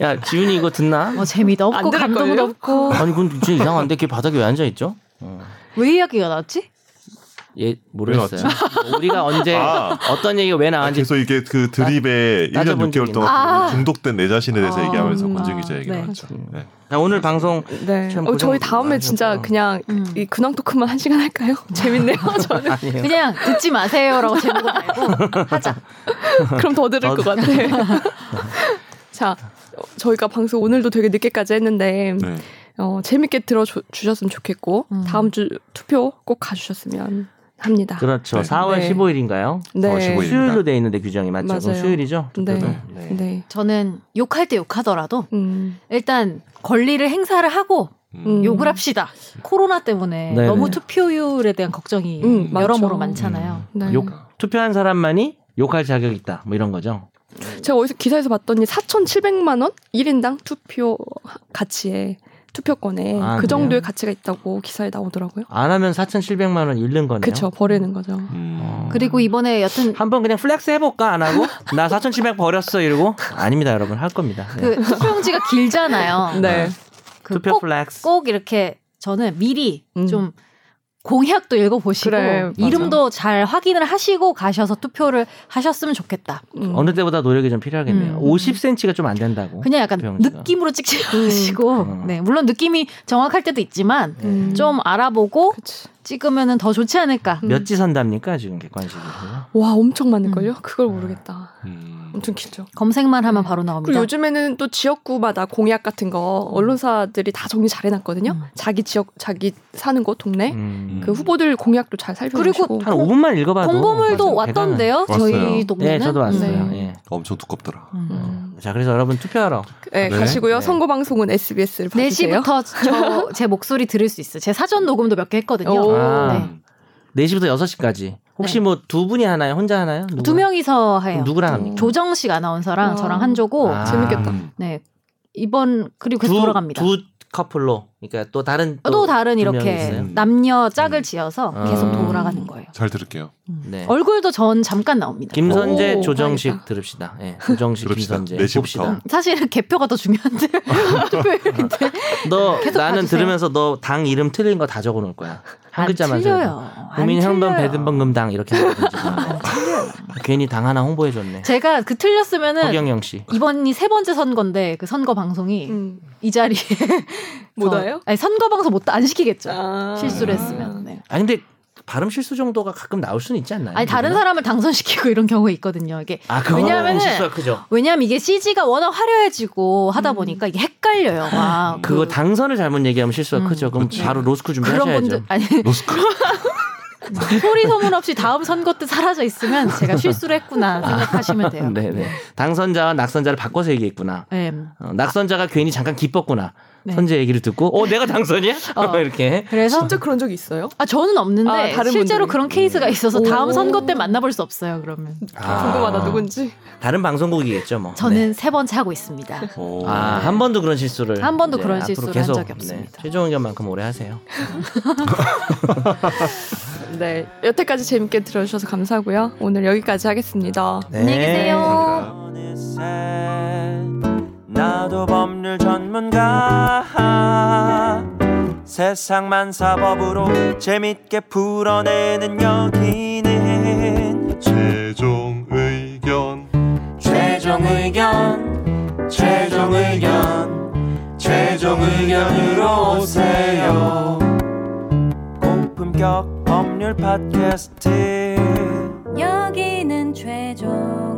S2: 야 지훈이 이거 듣나?
S4: 뭐 재미도
S1: 안
S4: 없고
S1: 들을
S4: 감동도
S1: 걸요?
S4: 없고
S2: 아니 근데 진짜 이상한데 걔 바닥에 왜 앉아 있죠? 어.
S4: 왜 이야기가 나왔지?
S2: 예 모르겠어요. 뭐
S6: 왜
S2: 우리가 언제
S6: 아.
S2: 어떤 얘기가 왜 나왔는지
S6: 그래서 이게 그 드립에
S2: 아, 따-
S6: 1년
S2: 따져본
S6: 6개월
S2: 적이
S6: 동안
S4: 있나?
S6: 중독된 내 자신에 대해서
S1: 아,
S6: 얘기하면서
S1: 음.
S6: 권증 기자 얘기
S4: 네.
S6: 나왔죠. 네.
S2: 자, 오늘 방송
S1: 네.
S2: 참
S1: 어, 저희
S2: 고생하셨구나.
S1: 다음에 진짜 그냥
S4: 음.
S1: 이 근황 토크만 한 시간 할까요? 재밌네요.
S2: 음.
S1: 저는
S2: 아니에요.
S4: 그냥 듣지 마세요라고 제목을 달고 하자.
S1: 그럼 더 들을 것 같아. 자, 어, 저희가 방송 오늘도 되게 늦게까지 했는데
S6: 네.
S1: 어, 재밌게 들어 주셨으면 좋겠고
S4: 음.
S1: 다음 주 투표 꼭 가주셨으면 합니다.
S2: 그렇죠.
S6: 네.
S2: 4월
S1: 네.
S2: 15일인가요?
S1: 네.
S6: 15일. 보입니다.
S2: 수요일로 돼 있는데 규정이 맞죠? 그럼
S1: 맞아요.
S2: 수요일이죠?
S1: 네.
S2: 투표는?
S1: 네.
S6: 음.
S4: 저는 욕할 때 욕하더라도
S1: 음.
S4: 일단 권리를 행사를 하고
S6: 음.
S1: 음.
S4: 욕을 합시다. 코로나 때문에
S2: 네네.
S4: 너무 투표율에 대한 걱정이
S1: 음, 맞죠.
S4: 여러모로 많잖아요.
S1: 네.
S2: 욕 투표한 사람만이 욕할 자격 이 있다. 뭐 이런 거죠.
S1: 제가 어디서 기사에서 봤더니 4,700만 원 1인당 투표 가치에 투표권에
S2: 아,
S1: 그 정도의
S2: 그래요?
S1: 가치가 있다고 기사에 나오더라고요.
S2: 안 하면 4,700만 원 잃는 거네요.
S1: 그쵸 버리는 거죠.
S6: 음.
S4: 그리고 이번에 여튼
S2: 한번 그냥 플렉스 해볼까 안 하고 나 4,700 버렸어 이러고 아닙니다 여러분 할 겁니다. 네.
S4: 그 투표용지가 길잖아요.
S1: 네.
S4: 그
S2: 투표
S4: 꼭,
S2: 플렉스.
S4: 꼭 이렇게 저는 미리
S1: 음.
S4: 좀 공약도 읽어보시고
S1: 그래, 맞아.
S4: 이름도 잘 확인을 하시고 가셔서 투표를 하셨으면 좋겠다.
S1: 음.
S2: 어느 때보다 노력이 좀 필요하겠네요.
S4: 음.
S2: 50cm가 좀 안 된다고.
S4: 그냥 약간
S2: 투표용지가.
S4: 느낌으로 찍지 마시고
S2: 음.
S4: 네 물론 느낌이 정확할 때도 있지만
S1: 음.
S4: 좀 알아보고
S1: 그치.
S4: 찍으면 더 좋지 않을까.
S1: 음.
S2: 몇 지선답니까 지금 객관식으로?
S1: 와 엄청 많을 걸요?
S2: 음.
S1: 그걸
S2: 아.
S1: 모르겠다.
S6: 음.
S1: 엄청 길죠.
S4: 검색만 하면 바로
S1: 그리고
S4: 나옵니다.
S1: 요즘에는 또 지역구마다 공약 같은 거
S2: 음.
S1: 언론사들이 다 정리 잘 해놨거든요.
S4: 음.
S1: 자기 지역, 자기 사는 곳 동네
S2: 음.
S1: 그 후보들 공약도 잘 살펴보시고.
S2: 한 5분만 읽어봐도 맞아요.
S4: 공보물도
S2: 대단한-
S4: 왔던데요.
S6: 왔어요.
S4: 저희
S2: 네,
S4: 동네는.
S2: 저도 왔어요.
S1: 네.
S2: 예. 어.
S6: 엄청 두껍더라.
S4: 음.
S2: 자, 그래서 여러분 투표하러
S1: 네,
S6: 네.
S1: 가시고요.
S2: 네.
S1: 선거 방송은 SBS를 봐주세요.
S4: 4시부터 저 제 목소리 들을 수 있어요. 제 사전 녹음도 몇 개 했거든요.
S1: 오.
S2: 아.
S4: 네.
S2: 4시부터 6시까지. 혹시
S4: 네.
S2: 뭐 두 분이 하나요? 혼자 하나요? 누구?
S4: 두 명이서 해요.
S2: 그럼 누구랑 합니까?
S4: 조정식 아나운서랑
S1: 와.
S4: 저랑 한조고
S2: 아.
S1: 재밌겠다.
S6: 음.
S4: 네. 이번 그리고 계속 돌아갑니다. 어,
S2: 두 커플로 그러니까 또 다른
S4: 또, 다른
S2: 분명히
S4: 이렇게
S2: 있어요.
S4: 남녀 짝을
S6: 음.
S4: 지어서
S2: 아.
S4: 계속 돌아가는 거예요.
S6: 잘 들을게요.
S2: 네.
S4: 얼굴도 전 잠깐 나옵니다.
S2: 김선재
S1: 오,
S2: 조정식
S1: 다행이다.
S2: 들읍시다. 예. 조정식
S6: 들읍시다.
S2: 김선재
S6: 네 시부터.
S2: 봅시다.
S4: 사실은 개표가 더 중요한데
S2: 아,
S4: 투표율인데
S2: 너
S4: 계속
S2: 나는
S4: 봐주세요.
S2: 들으면서 너 당 이름 틀린 거 다 적어 놓을 거야. 한
S4: 안
S2: 글자만 적어.
S4: 틀려요.
S2: 국민 형변
S4: 틀려요.
S2: 배드번금당 이렇게 하든지. 어. 괜히 당 하나 홍보해 줬네.
S4: 제가 그 틀렸으면은
S2: 허경영 씨.
S4: 이번이 세 번째 선거인데 그 선거 방송이
S1: 음.
S4: 이 자리에
S1: 못
S4: 저-
S1: 와요?
S4: 아니 선거 방송 못 안 시키겠죠.
S1: 아.
S4: 실수를 했으면. 네.
S2: 아니 근데 발음 실수 정도가 가끔 나올 수는 있지 않나요?
S4: 아니 다른 사람을 당선시키고 이런 경우 있거든요. 이게
S2: 아, 그거는
S4: 왜냐하면은-
S2: 실수가 크죠.
S4: 왜냐하면 이게 CG가 워낙 화려해지고 하다
S1: 음.
S4: 보니까 이게 헷갈려요. 막
S2: 아, 그거 당선을 잘못 얘기하면 실수가
S4: 음.
S2: 크죠. 그럼
S6: 그치.
S2: 바로 로스쿨
S4: 그런
S2: 준비하셔야죠.
S4: 분들 아니
S6: 로스쿨.
S4: 소리 소문 없이 다음 선거 때 사라져 있으면 제가 실수를
S2: 아.
S4: 했구나 생각하시면 돼요.
S2: 네, 네. 당선자와 낙선자를 바꿔서 얘기했구나.
S4: 네.
S2: 어, 낙선자가 괜히 잠깐 기뻤구나.
S4: 네.
S2: 선재 얘기를 듣고, 어, 내가 당선이야?
S4: 어.
S2: 이렇게.
S4: 그래서
S1: 진짜 그런 적이 있어요?
S4: 아 저는 없는데
S1: 아, 다른 분들이. 네.
S4: 실제로 그런 케이스가 있어서
S1: 오.
S4: 다음 선거 때 만나볼 수 없어요. 그러면
S2: 아.
S1: 궁금하다 누군지.
S2: 다른 방송국이겠죠, 뭐.
S4: 저는 세 번째 하고 있습니다.
S6: 오.
S2: 네. 아, 한 번도 그런 실수를.
S4: 한 번도
S2: 이제
S4: 그런
S2: 앞으로
S4: 실수를
S2: 계속, 네,
S4: 한 적이 없습니다.
S2: 최종 의견만큼 그 오래 하세요.
S1: 네. 여태까지 재밌게 들어주셔서 감사하고요. 오늘 여기까지 하겠습니다.
S4: 안녕히
S2: 네,
S4: 계세요.
S6: 감사합니다.
S7: 어느새 나도 법률 전문가 세상만 사법으로 재밌게 풀어내는 여기는
S6: 최종 의견.
S7: 최종 의견 최종 의견 최종 의견으로 오세요 고품격 법률 팟캐스트
S8: 여기는 최종